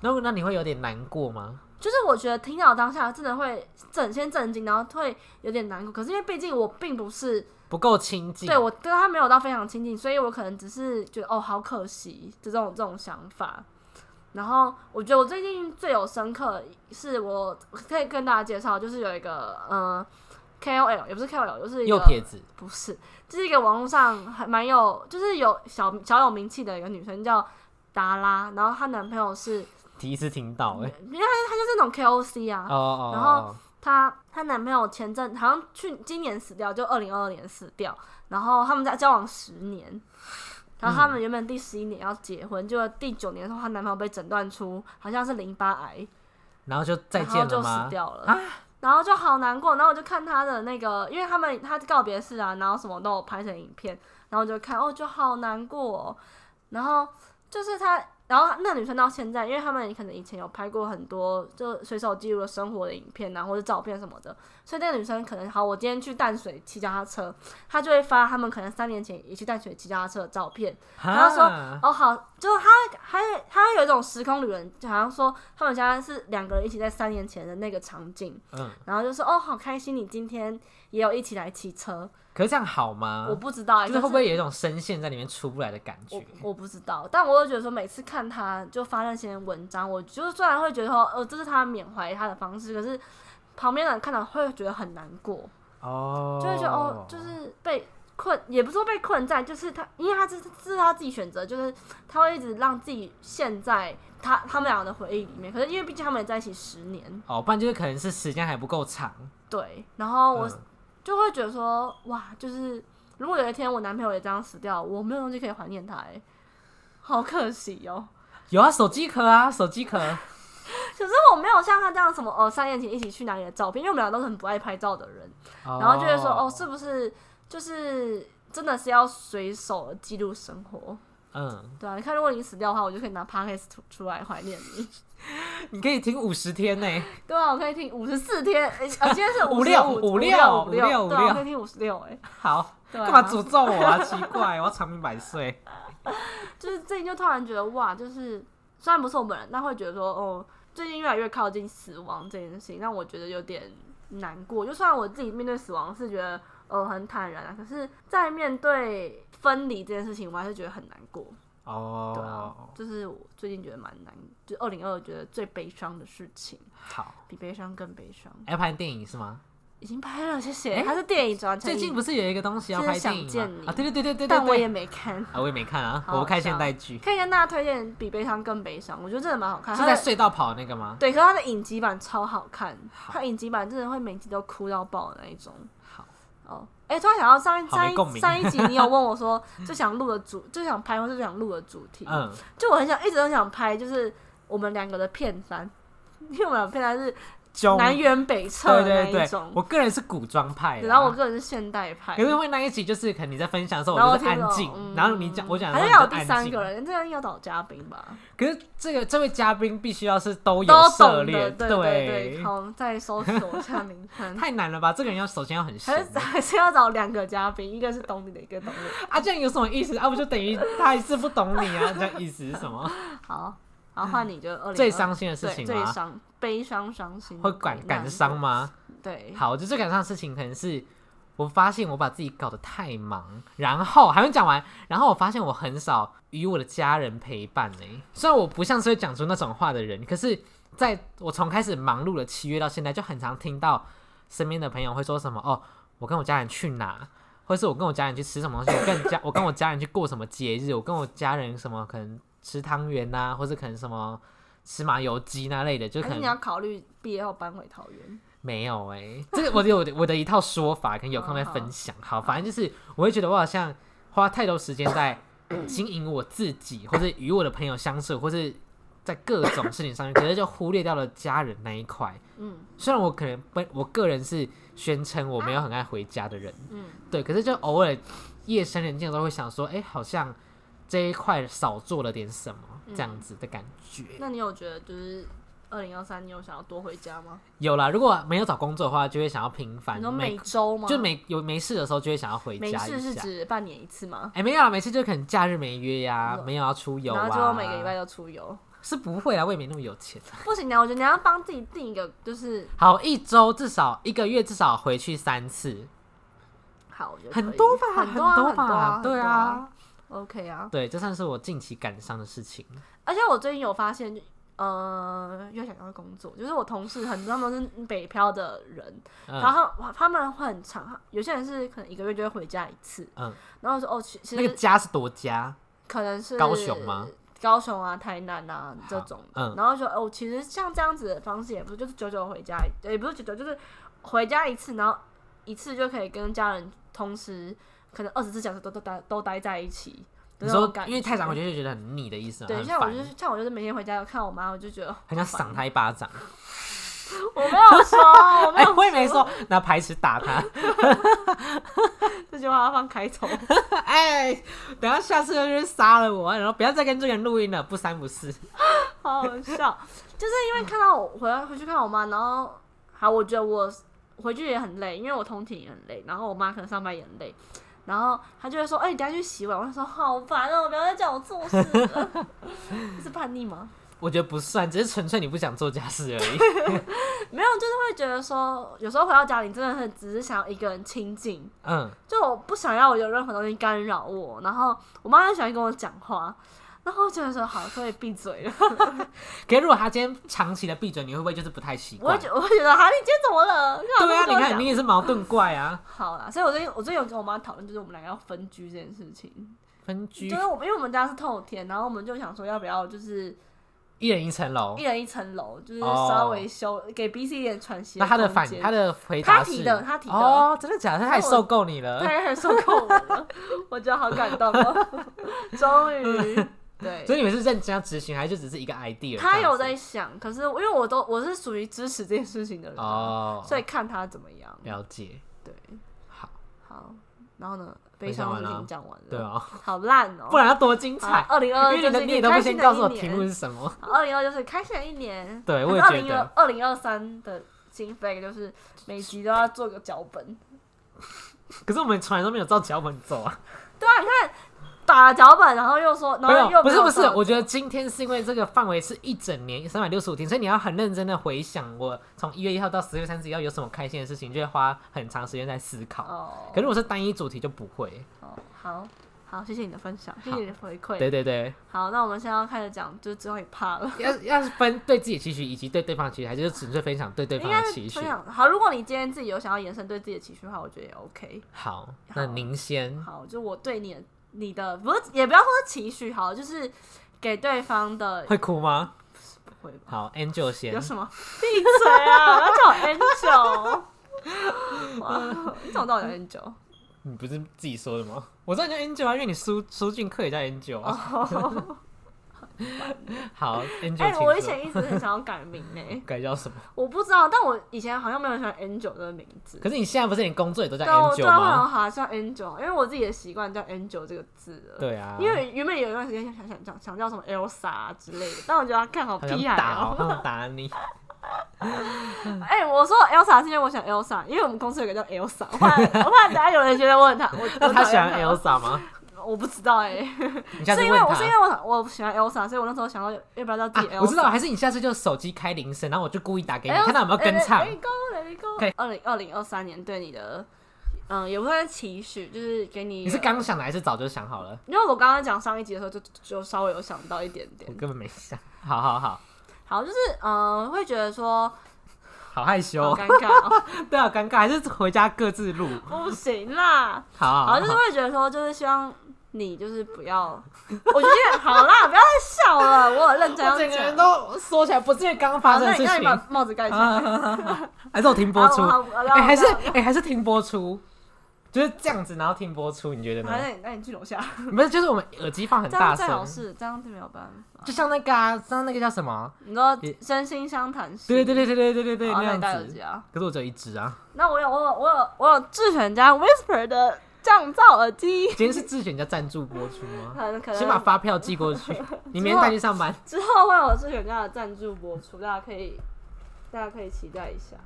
[SPEAKER 2] 那那你会有点难过吗？
[SPEAKER 1] 就是我觉得听到当下真的会整先震惊，然后会有点难过。可是因为毕竟我并不是
[SPEAKER 2] 不够亲近。
[SPEAKER 1] 对我跟他没有到非常亲近，所以我可能只是觉得哦好可惜这种这种想法。然后我觉得我最近最有深刻是我可以跟大家介绍，就是有一个嗯、呃 KOL 也不是 KOL，就是一
[SPEAKER 2] 右
[SPEAKER 1] 个
[SPEAKER 2] 撇子。
[SPEAKER 1] 不是，就是一个网络上还蛮有就是有小小有名气的一个女生叫达拉，然后她男朋友是
[SPEAKER 2] 第一次听到哎、
[SPEAKER 1] 因为她她就是那种 KOC 啊，
[SPEAKER 2] 哦哦，
[SPEAKER 1] 然后她她男朋友前阵好像去今年死掉，就二零二二年死掉，然后他们在交往十年，然后他们原本第十一年要结婚，结果第九年的时候，她男朋友被诊断出好像是淋巴癌，
[SPEAKER 2] 然后就再
[SPEAKER 1] 然后
[SPEAKER 2] 见了
[SPEAKER 1] 就死
[SPEAKER 2] 吗？
[SPEAKER 1] 掉了。
[SPEAKER 2] 啊
[SPEAKER 1] 然后就好难过，然后我就看她的那个，因为他们她告别式啊，然后什么都有拍成影片，然后我就看哦，就好难过、哦。然后就是她，然后那女生到现在，因为他们可能以前有拍过很多就随手记录的生活的影片啊，或者照片什么的，所以那个女生可能好，我今天去淡水骑脚踏车，她就会发他们可能三年前也去淡水骑脚踏车的照片，然后说
[SPEAKER 2] 啊
[SPEAKER 1] 哦，好，就是他还他有一种时空旅人，就好像说他们家是两个人一起在三年前的那个场景，
[SPEAKER 2] 嗯，
[SPEAKER 1] 然后就说哦，好开心，你今天也有一起来骑车，
[SPEAKER 2] 可是这样好吗
[SPEAKER 1] 我？不知道、欸，
[SPEAKER 2] 嗯就是会
[SPEAKER 1] 可
[SPEAKER 2] 不会有一种深陷在里面出不来的感觉
[SPEAKER 1] 我？我不知道，但我又觉得说，每次看他就发那些文章，我就是虽然会觉得说，呃，这是他缅怀他的方式，可是旁边的人看到会觉得很难过，
[SPEAKER 2] 哦，
[SPEAKER 1] 就会觉得哦，就是被困，也不是说被困在，就是他，因为他这是这是他自己选择，就是他会一直让自己陷在他他们两个的回忆里面。可是因为毕竟他们也在一起十年，
[SPEAKER 2] 哦，不然就是可能是时间还不够长。
[SPEAKER 1] 对，然后我
[SPEAKER 2] 嗯
[SPEAKER 1] 就会觉得说，哇，就是如果有一天我男朋友也这样死掉，我没有东西可以怀念他、欸，好可惜哦、
[SPEAKER 2] 有啊，手机壳啊，手机壳，
[SPEAKER 1] 可是我没有像他这样什么哦，三年前一起去哪里的照片，因为我们俩都是很不爱拍照的人，
[SPEAKER 2] 然
[SPEAKER 1] 然后就会说哦，是不是就是真的是要随手记录生活？
[SPEAKER 2] 嗯，
[SPEAKER 1] 对啊，你看，如果你死掉的话，我就可以拿 podcast 出出来怀念你。
[SPEAKER 2] 你可以停五十天呢、
[SPEAKER 1] 对啊，我可以听五十四天，诶啊，今天是
[SPEAKER 2] 五六
[SPEAKER 1] 五
[SPEAKER 2] 五六
[SPEAKER 1] 六
[SPEAKER 2] 五
[SPEAKER 1] 六对
[SPEAKER 2] 六，五
[SPEAKER 1] 啊，
[SPEAKER 2] 六
[SPEAKER 1] 我可以听五十六，哎，
[SPEAKER 2] 好，
[SPEAKER 1] 对啊
[SPEAKER 2] 干嘛诅咒 我啊？奇怪，我要长命百岁。
[SPEAKER 1] 就是最近就突然觉得哇，就是虽然不是我本人，但会觉得说哦，最近越来越靠近死亡这件事情，让我觉得有点难过。就虽然我自己面对死亡是觉得呃很坦然啊，可是，在面对分离这件事情，我还是觉得很难过。对啊
[SPEAKER 2] 哦，，
[SPEAKER 1] 就是我最近觉得蛮难，就二零二觉得最悲伤的事情，
[SPEAKER 2] 好，
[SPEAKER 1] 比悲伤更悲伤。
[SPEAKER 2] 要拍电影是吗？
[SPEAKER 1] 已经拍了，谢谢。它是电影转成
[SPEAKER 2] 最
[SPEAKER 1] 影
[SPEAKER 2] 近不是有一个东西要拍电影
[SPEAKER 1] 就是想见
[SPEAKER 2] 吗？
[SPEAKER 1] 你
[SPEAKER 2] 啊，对对对对对
[SPEAKER 1] 但
[SPEAKER 2] 对
[SPEAKER 1] 我
[SPEAKER 2] 对，
[SPEAKER 1] 也没看。
[SPEAKER 2] 啊，我也没看啊，
[SPEAKER 1] 好
[SPEAKER 2] 我不看
[SPEAKER 1] 笑
[SPEAKER 2] 现代剧，
[SPEAKER 1] 可以跟大家推荐《比悲伤更悲伤》，我觉得真的蛮好看。
[SPEAKER 2] 是
[SPEAKER 1] 它
[SPEAKER 2] 在
[SPEAKER 1] 的
[SPEAKER 2] 隧道跑的那个吗？
[SPEAKER 1] 对，可是它的影集版超好看，
[SPEAKER 2] 好
[SPEAKER 1] 它影集版真的会每集都哭到爆的那一种。
[SPEAKER 2] 好，
[SPEAKER 1] 哦，哎、突然想到上一
[SPEAKER 2] 好
[SPEAKER 1] 上
[SPEAKER 2] 没共
[SPEAKER 1] 一
[SPEAKER 2] 鸣
[SPEAKER 1] 上一集，你有问我说最想录的主， 最想拍或是最想录的主题，
[SPEAKER 2] 嗯，
[SPEAKER 1] 就我很想一直都想拍，就是我们两个的片单， 因为我们配搭是
[SPEAKER 2] 中
[SPEAKER 1] 南辕北辙
[SPEAKER 2] 对
[SPEAKER 1] 的那
[SPEAKER 2] 对
[SPEAKER 1] 一
[SPEAKER 2] 对
[SPEAKER 1] 种，。
[SPEAKER 2] 我个人是古装派的啊，
[SPEAKER 1] 然后我个人是现代派，
[SPEAKER 2] 可是因为那一集就是可能你在分享的时候，
[SPEAKER 1] 然后
[SPEAKER 2] 我
[SPEAKER 1] 我
[SPEAKER 2] 就是
[SPEAKER 1] 听不
[SPEAKER 2] 安
[SPEAKER 1] 懂
[SPEAKER 2] 静，
[SPEAKER 1] 嗯
[SPEAKER 2] 然后你讲我讲的
[SPEAKER 1] 还是
[SPEAKER 2] 时候
[SPEAKER 1] 要有
[SPEAKER 2] 你就
[SPEAKER 1] 第
[SPEAKER 2] 安
[SPEAKER 1] 三
[SPEAKER 2] 静
[SPEAKER 1] 个人，这样要找嘉宾吧，
[SPEAKER 2] 可是这个这位嘉宾必须要是都有
[SPEAKER 1] 都
[SPEAKER 2] 涉
[SPEAKER 1] 懂
[SPEAKER 2] 猎
[SPEAKER 1] 的，，对对。好，再搜索一下名单。
[SPEAKER 2] 太难了吧？这个人要首先要很熟
[SPEAKER 1] 还是还是要找两个嘉宾，一个是懂你的，一个懂我。
[SPEAKER 2] 啊，这样有什么意思啊？不就等于他一次不懂你啊？这样意思是 什么？
[SPEAKER 1] 好，好换你就二零
[SPEAKER 2] 最伤心的事
[SPEAKER 1] 啊对
[SPEAKER 2] 情
[SPEAKER 1] 最
[SPEAKER 2] 吗？
[SPEAKER 1] 伤悲伤伤心
[SPEAKER 2] 会感感伤
[SPEAKER 1] 吗？
[SPEAKER 2] 吗？
[SPEAKER 1] 对，
[SPEAKER 2] 好，就最感伤的事情可能是我发现我把自己搞得太忙，然后还没讲完，然后我发现我很少与我的家人陪伴呢、虽然我不像是会讲出那种话的人，可是在我从开始忙碌了七月到现在，就很常听到身边的朋友会说什么哦，我跟我家人去哪。或是我跟我家人去吃什么东西，我跟家我跟我家人去过什么节日，我跟我家人什么可能吃汤圆呐，或是可能什么吃麻油鸡那类的，就可
[SPEAKER 1] 还是哎
[SPEAKER 2] 能
[SPEAKER 1] 你要考虑毕业后搬回桃园。
[SPEAKER 2] 没有哎、这个我有我的我的一套说法，可能有空再分
[SPEAKER 1] 哦
[SPEAKER 2] 享。好，反正就是我会觉得我好像花太多时间在 经营我自己，或者与我的朋友相处，或是在各种事情上面，可 是就忽略掉了家人那一块。
[SPEAKER 1] 嗯
[SPEAKER 2] 虽然我可能本我个人是宣称我没有很爱回家的人，
[SPEAKER 1] 嗯，
[SPEAKER 2] 对，可是就偶尔夜深人静的时候会想说，哎、好像这一块少做了点什么，
[SPEAKER 1] 嗯
[SPEAKER 2] 这样子的感觉。
[SPEAKER 1] 那你有觉得就是二零二三，你有想要多回家吗？
[SPEAKER 2] 有啦，如果没有找工作的话，就会想要频繁
[SPEAKER 1] 你说
[SPEAKER 2] 每
[SPEAKER 1] 每周吗？
[SPEAKER 2] 就啊没有没事的时候就会想要回家
[SPEAKER 1] 没
[SPEAKER 2] 一下。
[SPEAKER 1] 事是指半年一次吗？
[SPEAKER 2] 哎、没有啊，每次就可能假日没约呀、
[SPEAKER 1] 嗯
[SPEAKER 2] 没有要出游
[SPEAKER 1] 然
[SPEAKER 2] 啊。
[SPEAKER 1] 后就每个礼拜都出游，
[SPEAKER 2] 是不会啦，我也没那么有钱。啊
[SPEAKER 1] 不行的，啊我觉得你要帮自己定一个，就是
[SPEAKER 2] 好，一周至少一个月至少回去三次，
[SPEAKER 1] 好，我觉得可以
[SPEAKER 2] 很多吧，
[SPEAKER 1] 很多
[SPEAKER 2] 多
[SPEAKER 1] 啊很
[SPEAKER 2] 吧，
[SPEAKER 1] 多啊
[SPEAKER 2] 对
[SPEAKER 1] 很
[SPEAKER 2] 啊，
[SPEAKER 1] 多啊，OK 啊。
[SPEAKER 2] 对，这算是我近期感伤的事情。
[SPEAKER 1] 而且我最近有发现，呃，又想要工作，就是我同事很多他们都是北漂的人，然
[SPEAKER 2] 嗯，
[SPEAKER 1] 后他他们会很长，有些人是可能一个月就会回家一次，
[SPEAKER 2] 嗯
[SPEAKER 1] 然后我说哦，其其
[SPEAKER 2] 那个
[SPEAKER 1] 实
[SPEAKER 2] 家是多家，
[SPEAKER 1] 可能是
[SPEAKER 2] 高雄吗？
[SPEAKER 1] 高雄啊、台南啊这种，
[SPEAKER 2] 嗯
[SPEAKER 1] 然后说哦，其实像这样子的方式也不是，就是久久回家，也不是久久，就是回家一次，然后一次就可以跟家人同时可能二十四小时都都待都待在一起。
[SPEAKER 2] 你说
[SPEAKER 1] 感
[SPEAKER 2] 因为太长回
[SPEAKER 1] 觉，
[SPEAKER 2] 去就觉得很腻的意思嘛，
[SPEAKER 1] 对，
[SPEAKER 2] 很
[SPEAKER 1] 像我就
[SPEAKER 2] 烦，
[SPEAKER 1] 是像我就是每天回家看我妈，我就觉得哦
[SPEAKER 2] 很想赏他一巴掌。
[SPEAKER 1] 我没有说，我没
[SPEAKER 2] 哎，
[SPEAKER 1] 有，
[SPEAKER 2] 我也没说拿排尺打他。
[SPEAKER 1] 这句话要放开头。
[SPEAKER 2] 哎，等一下下次就是杀了我，然后不要再跟这个人录音了，不三不四。
[SPEAKER 1] 好好笑，就是因为看到我回来回去看我妈，然后好，我觉得我回去也很累，因为我通勤也很累，然后我妈可能上班也很累，然后她就会说：“哎、你等一下去洗碗。”我就说：“好烦哦、不要再叫我做事了。” 这是叛逆吗？
[SPEAKER 2] 我觉得不算，只是纯粹你不想做家事而 已。
[SPEAKER 1] 没有，就是会觉得说，有时候回到家里真的是只是想要一个人清静，
[SPEAKER 2] 嗯，
[SPEAKER 1] 就我不想要有任何东西干扰我。然后我妈很喜欢跟我讲话，然后我就会说：“好，可以闭嘴了。”
[SPEAKER 2] 可是如果他今天长期的闭嘴，你会不会就是不太习
[SPEAKER 1] 我会
[SPEAKER 2] 惯？
[SPEAKER 1] 觉我会觉得，哈，你今天怎么了？干
[SPEAKER 2] 对
[SPEAKER 1] 嘛
[SPEAKER 2] 啊，
[SPEAKER 1] 不跟
[SPEAKER 2] 你
[SPEAKER 1] 我
[SPEAKER 2] 看
[SPEAKER 1] 讲
[SPEAKER 2] 你也是矛盾 怪啊，
[SPEAKER 1] 好啦，所以我最近我最近有跟我妈讨论，就是我们两个要分居这件事情。
[SPEAKER 2] 分居
[SPEAKER 1] 就是我们因为我们家是透天，然后我们就想说要不要就是
[SPEAKER 2] 一人一层楼
[SPEAKER 1] 一。人一层楼，就是
[SPEAKER 2] 哦
[SPEAKER 1] 稍微修、给彼此一点喘息
[SPEAKER 2] 那他的反
[SPEAKER 1] 空间
[SPEAKER 2] 他的回答
[SPEAKER 1] 他
[SPEAKER 2] 是
[SPEAKER 1] 提的他提的
[SPEAKER 2] 哦，真的假的？他也
[SPEAKER 1] 我
[SPEAKER 2] 受够你了
[SPEAKER 1] 他。也很受够我了，我觉得好感动哦。 终 于，
[SPEAKER 2] 所
[SPEAKER 1] 对，
[SPEAKER 2] 以你们是认真要执行，还是就只是一个 idea？
[SPEAKER 1] 他有
[SPEAKER 2] 这样
[SPEAKER 1] 在想，可是因为我都我是属于支持这件事情的
[SPEAKER 2] 子
[SPEAKER 1] 人啊，
[SPEAKER 2] 哦，
[SPEAKER 1] 所以看他怎么样。
[SPEAKER 2] 了解。
[SPEAKER 1] 对，
[SPEAKER 2] 好，
[SPEAKER 1] 好，然后呢，悲
[SPEAKER 2] 分享
[SPEAKER 1] 伤的
[SPEAKER 2] 完
[SPEAKER 1] 事
[SPEAKER 2] 了
[SPEAKER 1] 情讲完了，
[SPEAKER 2] 对啊，
[SPEAKER 1] 好烂哦、呃
[SPEAKER 2] 不然要多精彩。
[SPEAKER 1] 二零
[SPEAKER 2] 因
[SPEAKER 1] 二二
[SPEAKER 2] 为你的你也都不先告诉我题目是什么。
[SPEAKER 1] 二零二就是开心的一年，
[SPEAKER 2] 对哎我也
[SPEAKER 1] 二
[SPEAKER 2] 觉
[SPEAKER 1] 零
[SPEAKER 2] 得
[SPEAKER 1] 二二零二三的新 flag 就是每集都要做个脚本，
[SPEAKER 2] 可是我们从来都没有照脚本走啊。
[SPEAKER 1] 对啊，你看打了脚本，然后又说，然
[SPEAKER 2] 没有
[SPEAKER 1] 后又
[SPEAKER 2] 不是
[SPEAKER 1] 没有
[SPEAKER 2] 不是
[SPEAKER 1] 照，
[SPEAKER 2] 我觉得今天是因为这个范围是一整年三百六十五天，所以你要很认真的回想我从一月一号到十月三十一号有什么开心的事情，就会花很长时间在思考。
[SPEAKER 1] 哦，
[SPEAKER 2] 可是我是单一主题就不会。
[SPEAKER 1] 哦好好，谢谢你的分享，谢谢你的回馈。
[SPEAKER 2] 对对对，
[SPEAKER 1] 好，那我们现在要开始讲，就是最后一趴了。
[SPEAKER 2] 要要是分对自己的期许以及对对方的期许，还是就纯粹分享对对
[SPEAKER 1] 应
[SPEAKER 2] 方
[SPEAKER 1] 该
[SPEAKER 2] 的
[SPEAKER 1] 是
[SPEAKER 2] 期许
[SPEAKER 1] 分？享好，如果你今天自己有想要延伸对自己的期许的话，我觉得也 OK。
[SPEAKER 2] 好，那您先。
[SPEAKER 1] 好，就我对你的你的不是也不要说期许，好，就是给对方的
[SPEAKER 2] 会哭吗？
[SPEAKER 1] 回吧。
[SPEAKER 2] 好，Angel 先
[SPEAKER 1] 有。什么？闭嘴啊！我要叫 N
[SPEAKER 2] 嗯
[SPEAKER 1] 九。哇，你怎么到我叫 N 九？
[SPEAKER 2] 你不是自己说的吗？我知道你叫 Angel 啊，因为你苏苏俊克也叫 Angel 啊。
[SPEAKER 1] 哦，
[SPEAKER 2] 好，Angel，
[SPEAKER 1] 哎、
[SPEAKER 2] 请
[SPEAKER 1] 我
[SPEAKER 2] 说
[SPEAKER 1] 以前一直很想要改名呢、
[SPEAKER 2] 改叫什么？
[SPEAKER 1] 我不知道，但我以前好像没有喜欢 Angel 这个名字。
[SPEAKER 2] 可是你现在不是连工作也都叫
[SPEAKER 1] 对，我
[SPEAKER 2] Angel
[SPEAKER 1] 对啊，后来我
[SPEAKER 2] 吗？
[SPEAKER 1] 好像叫 Angel，因为我自己的习惯叫 Angel 这个字了。
[SPEAKER 2] 对啊，
[SPEAKER 1] 因为原本有一段时间想想想想叫什么 Elsa 啊之类的，但我觉得他看好
[SPEAKER 2] 好想
[SPEAKER 1] 屁孩
[SPEAKER 2] 打
[SPEAKER 1] 哦
[SPEAKER 2] 哦，。好想打你。
[SPEAKER 1] 哎、我说 Elsa 是因为我想 Elsa，因为我们公司有个叫 Elsa，我怕我怕等下有人觉得我很讨我
[SPEAKER 2] 那
[SPEAKER 1] 我
[SPEAKER 2] 他
[SPEAKER 1] 讨
[SPEAKER 2] 喜
[SPEAKER 1] 厌
[SPEAKER 2] 欢 Elsa 吗？
[SPEAKER 1] 我不知道哎、
[SPEAKER 2] 你下次
[SPEAKER 1] 是因
[SPEAKER 2] 问
[SPEAKER 1] 为
[SPEAKER 2] 他
[SPEAKER 1] 我是因为我我喜欢 Elsa，所以我那时候想到要不要叫自己 Elsa、哎
[SPEAKER 2] 啊。我知道，还是你下次就手机开铃声，然后我就故意打给你，看他有没有跟唱。可以
[SPEAKER 1] 二零二零二三年对你的，嗯、也不算期许，就是给你。
[SPEAKER 2] 你是刚想的还是早就想好了？
[SPEAKER 1] 因为我刚刚讲上一集的时候就，就稍微有想到一点点
[SPEAKER 2] 我。根本没想。好好好，
[SPEAKER 1] 好，就是嗯、呃会觉得说
[SPEAKER 2] 好害羞
[SPEAKER 1] 好
[SPEAKER 2] 哦。
[SPEAKER 1] 尴尬、哦，
[SPEAKER 2] 对啊，尴尬，还是回家各自录。
[SPEAKER 1] 不行啦。
[SPEAKER 2] 好
[SPEAKER 1] 好，
[SPEAKER 2] 好
[SPEAKER 1] 就是
[SPEAKER 2] 好，
[SPEAKER 1] 会觉得说，就是希望你就是不要，我觉得好啦，不要再笑了，我有认真要
[SPEAKER 2] 我整个人
[SPEAKER 1] 讲。
[SPEAKER 2] 都说起来不是刚刚发
[SPEAKER 1] 好，
[SPEAKER 2] 生
[SPEAKER 1] 那
[SPEAKER 2] 的
[SPEAKER 1] 你
[SPEAKER 2] 事
[SPEAKER 1] 那你
[SPEAKER 2] 情
[SPEAKER 1] 把。帽子盖起来。
[SPEAKER 2] 啊 还是我停播出
[SPEAKER 1] 好，？好好
[SPEAKER 2] 哎，
[SPEAKER 1] 那
[SPEAKER 2] 还是
[SPEAKER 1] 那
[SPEAKER 2] 哎，还是停播出？就是这样子，然后停播出，你觉得
[SPEAKER 1] 好，那
[SPEAKER 2] 呢？
[SPEAKER 1] 你那你去楼下，
[SPEAKER 2] 不是，就是我们耳机放很
[SPEAKER 1] 这
[SPEAKER 2] 大
[SPEAKER 1] 样最好
[SPEAKER 2] 声，
[SPEAKER 1] 是，这样就没有办法
[SPEAKER 2] 就。像那个啊，像那个叫什么？
[SPEAKER 1] 你说
[SPEAKER 2] 也
[SPEAKER 1] 真心相谈是？
[SPEAKER 2] 对对对对对对对对，
[SPEAKER 1] 好，
[SPEAKER 2] 那
[SPEAKER 1] 那你戴
[SPEAKER 2] 样
[SPEAKER 1] 耳
[SPEAKER 2] 子
[SPEAKER 1] 机。啊。
[SPEAKER 2] 可是我只有一只啊，
[SPEAKER 1] 那我有我有我有我有智选家 Whisper 的降噪耳机，
[SPEAKER 2] 今天是自选家赞助播出吗？
[SPEAKER 1] 可能可
[SPEAKER 2] 先把
[SPEAKER 1] 能
[SPEAKER 2] 发票寄 过去，你明天带去上班。
[SPEAKER 1] 之后会有智选家的赞助播出，大家可以大家可以期待一下。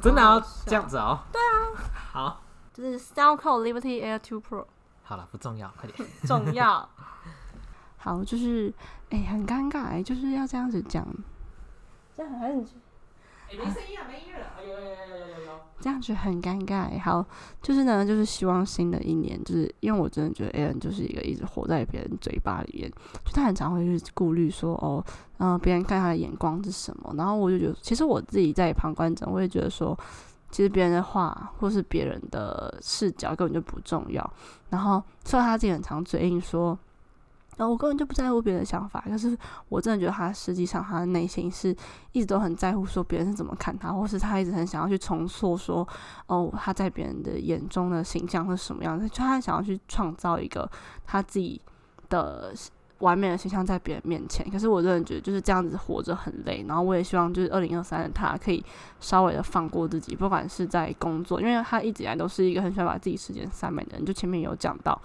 [SPEAKER 2] 真的要
[SPEAKER 1] 好笑
[SPEAKER 2] 这样子哦？对啊。好，
[SPEAKER 1] 就是 SoundCloud Liberty Air 2 Pro。
[SPEAKER 2] 好了，不重要，快点。
[SPEAKER 1] 重要。 好，就是哎、很尴尬哎、就是要这样子讲，这样很
[SPEAKER 2] 没声音啊，没音乐了。有有有有有有。
[SPEAKER 1] 这样子很尴尬、欸。好，就是呢，就是希望新的一年，就是因为我真的觉得 a l n 就是一个一直活在别人嘴巴里面，就他很常会去顾虑说，哦，嗯、别人看他的眼光是什么。然后我就觉得，其实我自己在旁观者，我也觉得说，其实别人的话或是别人的视角根本就不重要。然后虽然他自己很常嘴硬说。然后我根本就不在乎别人的想法，可是我真的觉得他实际上他的内心是一直都很在乎说别人是怎么看他，或是他一直很想要去重塑说，哦，他在别人的眼中的形象是什么样子，就他想要去创造一个他自己的完美的形象在别人面前。可是我真的觉得就是这样子活着很累，然后我也希望就是二零二三的他可以稍微的放过自己，不管是在工作，因为他一直以来都是一个很喜欢把自己时间塞满的人，就前面有讲到，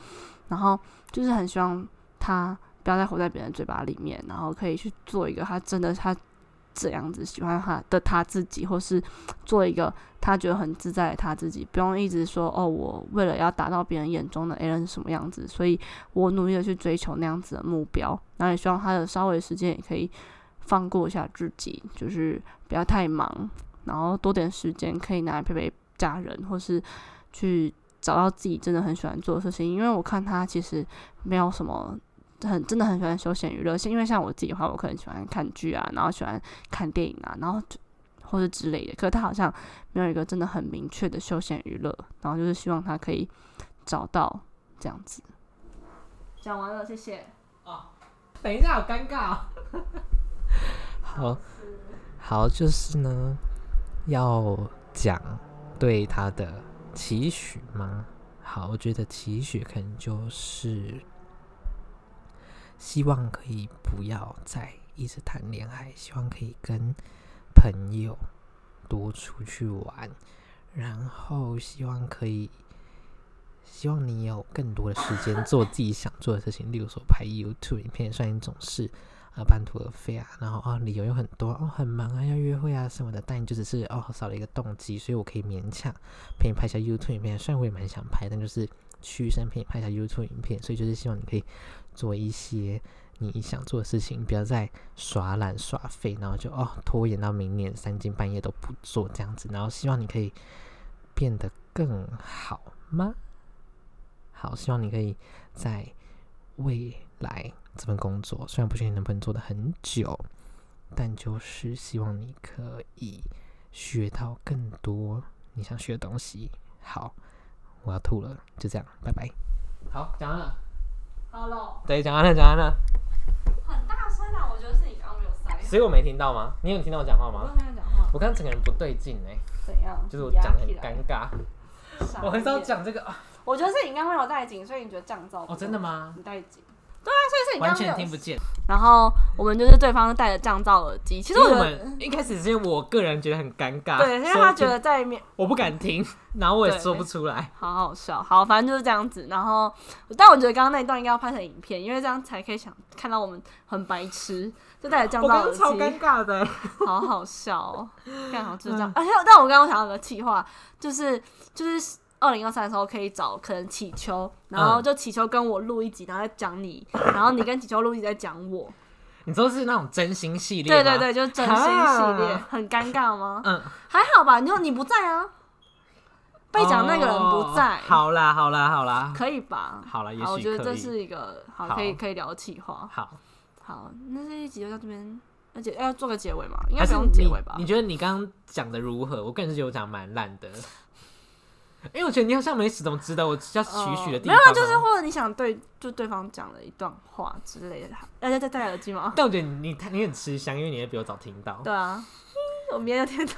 [SPEAKER 1] 然后就是很希望他。不要再活在别人嘴巴里面，然后可以去做一个他真的他这样子喜欢他的他自己，或是做一个他觉得很自在的他自己，不用一直说哦，我为了要达到别人眼中的 a l n 是什么样子，所以我努力的去追求那样子的目标。然后也希望他的稍微时间也可以放过一下自己，就是不要太忙，然后多点时间可以拿来陪陪家人，或是去找到自己真的很喜欢做的事情。因为我看他其实没有什么。很真的很喜欢休闲娱乐，因为像我自己的话，我可能喜欢看剧啊，然后喜欢看电影啊，然后就或者之类的。可是他好像没有一个真的很明确的休闲娱乐，然后就是希望他可以找到这样子。讲完了，谢谢。
[SPEAKER 2] 等一下，好尴尬、哦。好，好，就是呢，要讲对他的期许吗？好，我觉得期许可能就是希望可以不要再一直谈恋爱，希望可以跟朋友多出去玩，然后希望可以。希望你有更多的时间做自己想做的事情，例如说拍 YouTube 影片也算一种事，啊，半途而废啊，然后啊，理由有很多哦，很忙啊，要约会啊什么的，但你就只是哦少了一个动机，所以我可以勉强陪你拍一下 YouTube 影片，虽然我也蛮想拍，但就是屈身陪你拍一下 YouTube 影片，所以就是希望你可以做一些你想做的事情，不要再耍懒耍废，然后就哦拖延到明年三更半夜都不做这样子，然后希望你可以变得更好吗？好，希望你可以在未来这份工作，虽然不确定能不能做的很久，但就是希望你可以学到更多你想学的东西。好，我要吐了，就这样，拜拜。好，讲完了，
[SPEAKER 1] 好了，
[SPEAKER 2] 对，讲完了，讲完了。
[SPEAKER 1] 很大声啊！我觉得是你刚刚没有塞。
[SPEAKER 2] 所以我没听到吗？你有听到我讲话
[SPEAKER 1] 我
[SPEAKER 2] 吗？
[SPEAKER 1] 刚才讲话
[SPEAKER 2] 我刚刚整个人不对劲哎、
[SPEAKER 1] 怎样？
[SPEAKER 2] 就是我
[SPEAKER 1] 压
[SPEAKER 2] 讲的很
[SPEAKER 1] 起来
[SPEAKER 2] 尴尬，我很少。
[SPEAKER 1] 傻眼
[SPEAKER 2] 讲这个啊。
[SPEAKER 1] 我觉得是你刚刚没有戴紧，所以你觉得降噪。
[SPEAKER 2] 哦，真的？吗？
[SPEAKER 1] 你戴紧。啊但是你刚
[SPEAKER 2] 完
[SPEAKER 1] 刚没
[SPEAKER 2] 全
[SPEAKER 1] 有
[SPEAKER 2] 听不见。
[SPEAKER 1] 然后我们就是对方戴着降噪耳机，其
[SPEAKER 2] 其
[SPEAKER 1] 实
[SPEAKER 2] 实
[SPEAKER 1] 我
[SPEAKER 2] 我
[SPEAKER 1] 觉得
[SPEAKER 2] 们一开始是因为我个人觉得很尴尬，
[SPEAKER 1] 对，因为
[SPEAKER 2] 所以
[SPEAKER 1] 他
[SPEAKER 2] 我
[SPEAKER 1] 觉得在面
[SPEAKER 2] 我不敢听， 然后我也
[SPEAKER 1] 对
[SPEAKER 2] 说不出来。
[SPEAKER 1] 好好笑，好，反正就是这样子。然后，但我觉得刚刚那一段应该要拍成影片，因为这样才可以想看到我们很白痴，就戴着降
[SPEAKER 2] 我
[SPEAKER 1] 噪
[SPEAKER 2] 刚
[SPEAKER 1] 耳
[SPEAKER 2] 刚超尴
[SPEAKER 1] 机，
[SPEAKER 2] 尬的，
[SPEAKER 1] 好好笑哦。刚好就是这
[SPEAKER 2] 嗯
[SPEAKER 1] 样。而且，但我刚刚想到有个计划，就是就是二零二三的时候可以找可能祈秋，然后
[SPEAKER 2] 嗯
[SPEAKER 1] 就祈秋跟我录一集，然后再讲你，然后你跟祈秋录一集再讲 我。
[SPEAKER 2] 你说是那种真心系列
[SPEAKER 1] 对
[SPEAKER 2] 吗？
[SPEAKER 1] 对对，就是真心系列
[SPEAKER 2] 啊，
[SPEAKER 1] 很尴尬吗？
[SPEAKER 2] 嗯，
[SPEAKER 1] 还好吧，你说你不在啊，被讲那个人不在
[SPEAKER 2] 哦，好啦，好啦，好啦，
[SPEAKER 1] 可以吧？
[SPEAKER 2] 好啦，也
[SPEAKER 1] 好，我
[SPEAKER 2] 许
[SPEAKER 1] 觉得
[SPEAKER 2] 可
[SPEAKER 1] 这
[SPEAKER 2] 以。
[SPEAKER 1] 是一个好，
[SPEAKER 2] 好
[SPEAKER 1] 可以可以聊企划。
[SPEAKER 2] 好，
[SPEAKER 1] 好，那这一集就到这边，而且要做个结尾嘛，应该
[SPEAKER 2] 还
[SPEAKER 1] 不
[SPEAKER 2] 是
[SPEAKER 1] 用
[SPEAKER 2] 你
[SPEAKER 1] 结尾吧
[SPEAKER 2] 你？觉得你刚刚讲的如何？我个人是觉得我讲得蛮烂的， 因为我觉得你好像没始终知道我要取取的地
[SPEAKER 1] 没有
[SPEAKER 2] 方、啊
[SPEAKER 1] 啊，就是或者你想对就对方讲了一段话之类的，大家在戴耳机吗？
[SPEAKER 2] 但我觉得你你太你很吃香，因为你也比我早听到。
[SPEAKER 1] 对啊， 我明天就听到，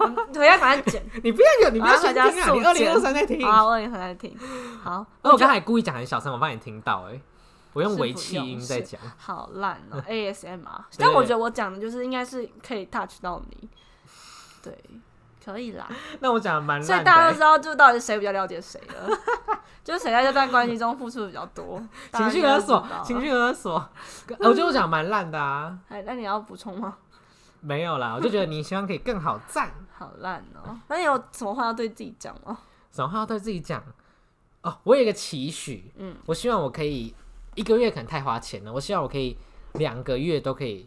[SPEAKER 1] 我们回家把它 剪。
[SPEAKER 2] 你不要有，你不要
[SPEAKER 1] 我要
[SPEAKER 2] 先
[SPEAKER 1] 回家
[SPEAKER 2] 听啊！你
[SPEAKER 1] 速
[SPEAKER 2] 二
[SPEAKER 1] 剪
[SPEAKER 2] 零二三再听。
[SPEAKER 1] 好啊，我也回来听。好，
[SPEAKER 2] 而哦我
[SPEAKER 1] 觉
[SPEAKER 2] 刚
[SPEAKER 1] 得
[SPEAKER 2] 才故意讲很小声，我怕你听到哎、欸我用
[SPEAKER 1] 是
[SPEAKER 2] 微
[SPEAKER 1] 不
[SPEAKER 2] 气
[SPEAKER 1] 用
[SPEAKER 2] 音在
[SPEAKER 1] 是
[SPEAKER 2] 讲。
[SPEAKER 1] 好烂 哦，ASMR。但我觉得我讲的就是应该是可以 touch 到你，对，可以啦。
[SPEAKER 2] 那我讲得蛮
[SPEAKER 1] 所以
[SPEAKER 2] 烂的、
[SPEAKER 1] 大家都
[SPEAKER 2] 欸
[SPEAKER 1] 知，道，就到底谁比较了解谁了， 就是谁在这段关系中付出的比较多。
[SPEAKER 2] 情绪勒索，情
[SPEAKER 1] 绪。
[SPEAKER 2] 绪勒 索。哎我觉得我讲得蛮烂的啊，
[SPEAKER 1] 哎，那你要补充吗？
[SPEAKER 2] 没有啦，我就觉得你希望可以更好赞。
[SPEAKER 1] 好烂哦、那你有什么话要对自己讲吗？
[SPEAKER 2] 什么话要对自己讲？哦，我有一个期许，
[SPEAKER 1] 嗯，
[SPEAKER 2] 我希望我可以一个月可能太花钱了，我希望我可以两个月都可以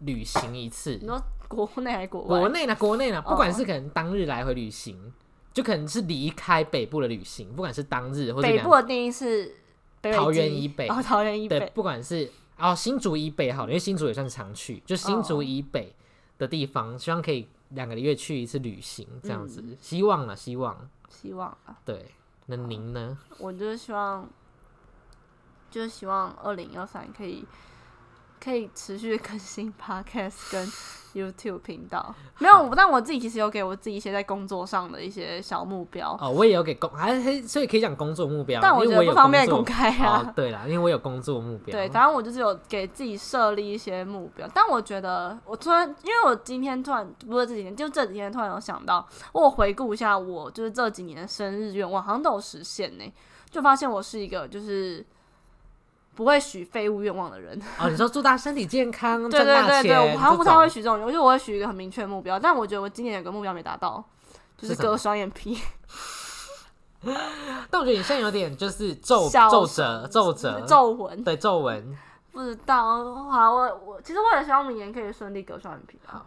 [SPEAKER 2] 旅行一次
[SPEAKER 1] 你。说国内还是国外？
[SPEAKER 2] 国内呢，国内呢，
[SPEAKER 1] 哦
[SPEAKER 2] 不管是可能当日来回旅行，就可能是离开北部的旅行，不管是当日或者
[SPEAKER 1] 北部的定义是北
[SPEAKER 2] 桃园
[SPEAKER 1] 基
[SPEAKER 2] 以北
[SPEAKER 1] 哦，桃园以
[SPEAKER 2] 对
[SPEAKER 1] 北，，
[SPEAKER 2] 不管是哦新竹以北好了，因为新竹也算是常去，就新竹
[SPEAKER 1] 哦
[SPEAKER 2] 以北的地方，希望可以两个月去一次旅行，这样
[SPEAKER 1] 嗯
[SPEAKER 2] 子，希望了，希望。
[SPEAKER 1] 希望啊，
[SPEAKER 2] 对，那您呢？
[SPEAKER 1] 我就是希望，就是希望二零二三可以可以持续更新 Podcast 跟 YouTube 频道。没有，但我自己其实有给我自己一些在工作上的一些小目标。
[SPEAKER 2] 哦，我也有给工，还还所以可以讲工作目标，
[SPEAKER 1] 但我
[SPEAKER 2] 因
[SPEAKER 1] 觉
[SPEAKER 2] 为
[SPEAKER 1] 得
[SPEAKER 2] 有
[SPEAKER 1] 不方便
[SPEAKER 2] 工
[SPEAKER 1] 公
[SPEAKER 2] 作。
[SPEAKER 1] 开
[SPEAKER 2] 哦
[SPEAKER 1] 啊。，
[SPEAKER 2] 对啦，因为我有工作目标。
[SPEAKER 1] 对，反正我就是有给自己设立一些目标，但我觉得我突然，因为我今天突然不是这几天，就这几天突然有想到，我有回顾一下我就是这几年的生日愿望，好像都有实现呢、就发现我是一个就是不会许废物愿望的 人。
[SPEAKER 2] 哦，你说祝大家身体健康，
[SPEAKER 1] 对
[SPEAKER 2] 赚
[SPEAKER 1] 对对对，
[SPEAKER 2] 大钱
[SPEAKER 1] 我好像不太
[SPEAKER 2] 这
[SPEAKER 1] 会
[SPEAKER 2] 种
[SPEAKER 1] 许这种，而且我会许一个很明确的目标，但我觉得我今年有个目标没达到，就是
[SPEAKER 2] 是什么
[SPEAKER 1] 割双眼皮。
[SPEAKER 2] 但我觉得你现在有点就是皱
[SPEAKER 1] 小
[SPEAKER 2] 皱褶、皱褶、
[SPEAKER 1] 皱纹，
[SPEAKER 2] 对皱纹。
[SPEAKER 1] 不知道，好，我我其实我也希望明年可以顺利割双眼皮啊
[SPEAKER 2] 好，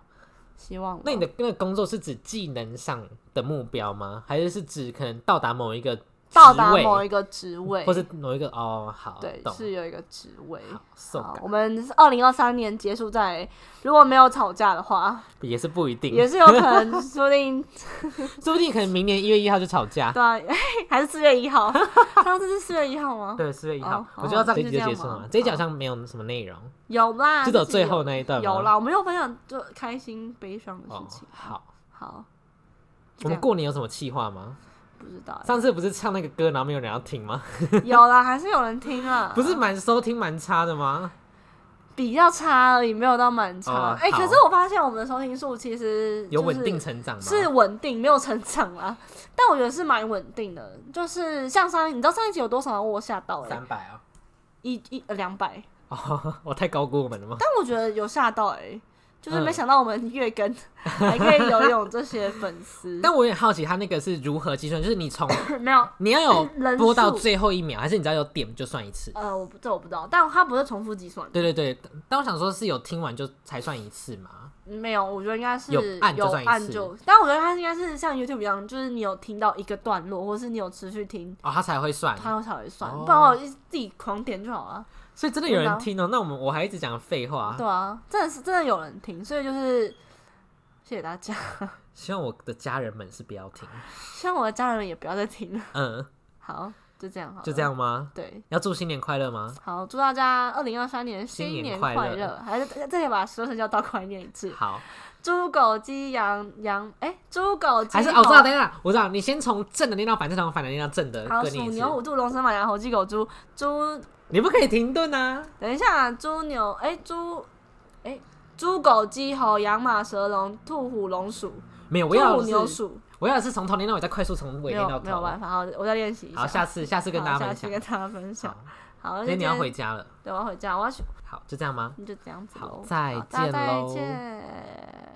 [SPEAKER 1] 希望吧。
[SPEAKER 2] 那你的那个工作是指技能上的目标吗？还是是指可能到达某一个
[SPEAKER 1] 到达
[SPEAKER 2] 职位
[SPEAKER 1] 某一个职位，
[SPEAKER 2] 或是某一个哦，好，
[SPEAKER 1] 对，
[SPEAKER 2] 懂，
[SPEAKER 1] 是有一个职位。
[SPEAKER 2] 好，受
[SPEAKER 1] 好
[SPEAKER 2] 感
[SPEAKER 1] 我们二零二三年结束在，如果没有吵架的 话，
[SPEAKER 2] 也是不一定，
[SPEAKER 1] 也是有可能，说不定
[SPEAKER 2] 说不定可能明年一月一号就吵架，
[SPEAKER 1] 对啊，还是四月一 号，上次是四月一号吗？
[SPEAKER 2] 对，四月一号
[SPEAKER 1] 哦，
[SPEAKER 2] 我就要
[SPEAKER 1] 好
[SPEAKER 2] 这一
[SPEAKER 1] 就
[SPEAKER 2] 集
[SPEAKER 1] 这
[SPEAKER 2] 就
[SPEAKER 1] 样
[SPEAKER 2] 结束
[SPEAKER 1] 吗
[SPEAKER 2] 了，这一集好像没有什么内容，
[SPEAKER 1] 有啦，
[SPEAKER 2] 就只有
[SPEAKER 1] 这集
[SPEAKER 2] 最后那一段吗
[SPEAKER 1] 有啦，我们有分享就开心悲伤的事
[SPEAKER 2] 哦
[SPEAKER 1] 情，。
[SPEAKER 2] 好，
[SPEAKER 1] 好，就
[SPEAKER 2] 我
[SPEAKER 1] 这
[SPEAKER 2] 们
[SPEAKER 1] 样
[SPEAKER 2] 过年有什么计划吗？
[SPEAKER 1] 不知道欸，
[SPEAKER 2] 上次不是唱那个歌，然后没有人要听吗？
[SPEAKER 1] 有啦，还是有人听啊，
[SPEAKER 2] 不是蛮收听蛮差的吗？
[SPEAKER 1] 比较差而已，没有到蛮差。
[SPEAKER 2] 哦
[SPEAKER 1] 哎、
[SPEAKER 2] 好
[SPEAKER 1] 可是我发现我们的收听数其实、就是、
[SPEAKER 2] 有稳定成长吗？
[SPEAKER 1] 是稳定，没有成长啦。但我觉得是蛮稳定的，就是像上一，你知道上一集有多少人我吓到哎、
[SPEAKER 2] 三百啊。
[SPEAKER 1] 一一呃两百，
[SPEAKER 2] 哦，我太高估我们了吗？
[SPEAKER 1] 但我觉得有吓到哎、就是
[SPEAKER 2] 嗯
[SPEAKER 1] 没想到我们月 更还可以有有这些粉丝，
[SPEAKER 2] 但我也好奇他那个是如何计算，就是你 从
[SPEAKER 1] 没有。
[SPEAKER 2] 你要有
[SPEAKER 1] 人
[SPEAKER 2] 播到
[SPEAKER 1] 数
[SPEAKER 2] 最后一秒，还是你只要有点就算一次？
[SPEAKER 1] 呃，我不这我不知道，但它不是重复计算，
[SPEAKER 2] 对对对，但我想说是有听完就才算一次嘛？
[SPEAKER 1] 没有，我觉得应该是
[SPEAKER 2] 有按就算一
[SPEAKER 1] 按
[SPEAKER 2] 次
[SPEAKER 1] 就，但我觉得它应该是像 YouTube 一样，就是你有听到一个段落，或是你有持续听，
[SPEAKER 2] 哦，他才会算。
[SPEAKER 1] 它有才会算，
[SPEAKER 2] 哦
[SPEAKER 1] 不然我一直自己狂点就好了。
[SPEAKER 2] 所以真的有人听哦、那我们我还一直讲废话
[SPEAKER 1] 啊对。啊，真的是真的有人听，所以就是谢谢大家。
[SPEAKER 2] 希望我的家人们是不要听。
[SPEAKER 1] 希望我的家人也不要再听了。
[SPEAKER 2] 嗯，
[SPEAKER 1] 好，就这样好，
[SPEAKER 2] 就这。样吗？
[SPEAKER 1] 对，
[SPEAKER 2] 要祝新年快乐吗？
[SPEAKER 1] 好，祝大家二零二三年
[SPEAKER 2] 新
[SPEAKER 1] 年
[SPEAKER 2] 年
[SPEAKER 1] 快
[SPEAKER 2] 快乐
[SPEAKER 1] 还是这里把十二生肖倒过来念一次：
[SPEAKER 2] 好，
[SPEAKER 1] 猪、狗、鸡、羊、羊，哎，猪、狗、鸡、
[SPEAKER 2] 还是哦，
[SPEAKER 1] 猴
[SPEAKER 2] 我知道，等一下，我知道，你先从正的念到反的，再从反的念到正的，
[SPEAKER 1] 好，
[SPEAKER 2] 各念
[SPEAKER 1] 鼠、
[SPEAKER 2] 一次
[SPEAKER 1] 牛、。虎、兔、龙、蛇、马、羊、猴、鸡、狗、猪，猪。
[SPEAKER 2] 你不可以停顿啊！
[SPEAKER 1] 等一下、猪牛哎、猪哎、猪狗鸡猴羊马蛇龙兔虎龙鼠
[SPEAKER 2] 没有，
[SPEAKER 1] 兔
[SPEAKER 2] 我要
[SPEAKER 1] 虎
[SPEAKER 2] 的
[SPEAKER 1] 牛
[SPEAKER 2] 是
[SPEAKER 1] 鼠，
[SPEAKER 2] 我要的是从头念到尾，再快速从
[SPEAKER 1] 没
[SPEAKER 2] 尾念
[SPEAKER 1] 有
[SPEAKER 2] 到
[SPEAKER 1] 没有办
[SPEAKER 2] 头。
[SPEAKER 1] 法，好，我再练习一下。
[SPEAKER 2] 好，下次下次跟大
[SPEAKER 1] 好
[SPEAKER 2] 家分
[SPEAKER 1] 下次
[SPEAKER 2] 享。
[SPEAKER 1] 跟大家分享。
[SPEAKER 2] 好，
[SPEAKER 1] 好，哦那
[SPEAKER 2] 所
[SPEAKER 1] 就
[SPEAKER 2] 以你要
[SPEAKER 1] 今天
[SPEAKER 2] 回家了。
[SPEAKER 1] 对，我要回家，我要去，
[SPEAKER 2] 好，就这样吗？
[SPEAKER 1] 就这样子
[SPEAKER 2] 好
[SPEAKER 1] 喽。
[SPEAKER 2] 再
[SPEAKER 1] 大家
[SPEAKER 2] 见
[SPEAKER 1] 再
[SPEAKER 2] 喽
[SPEAKER 1] 见。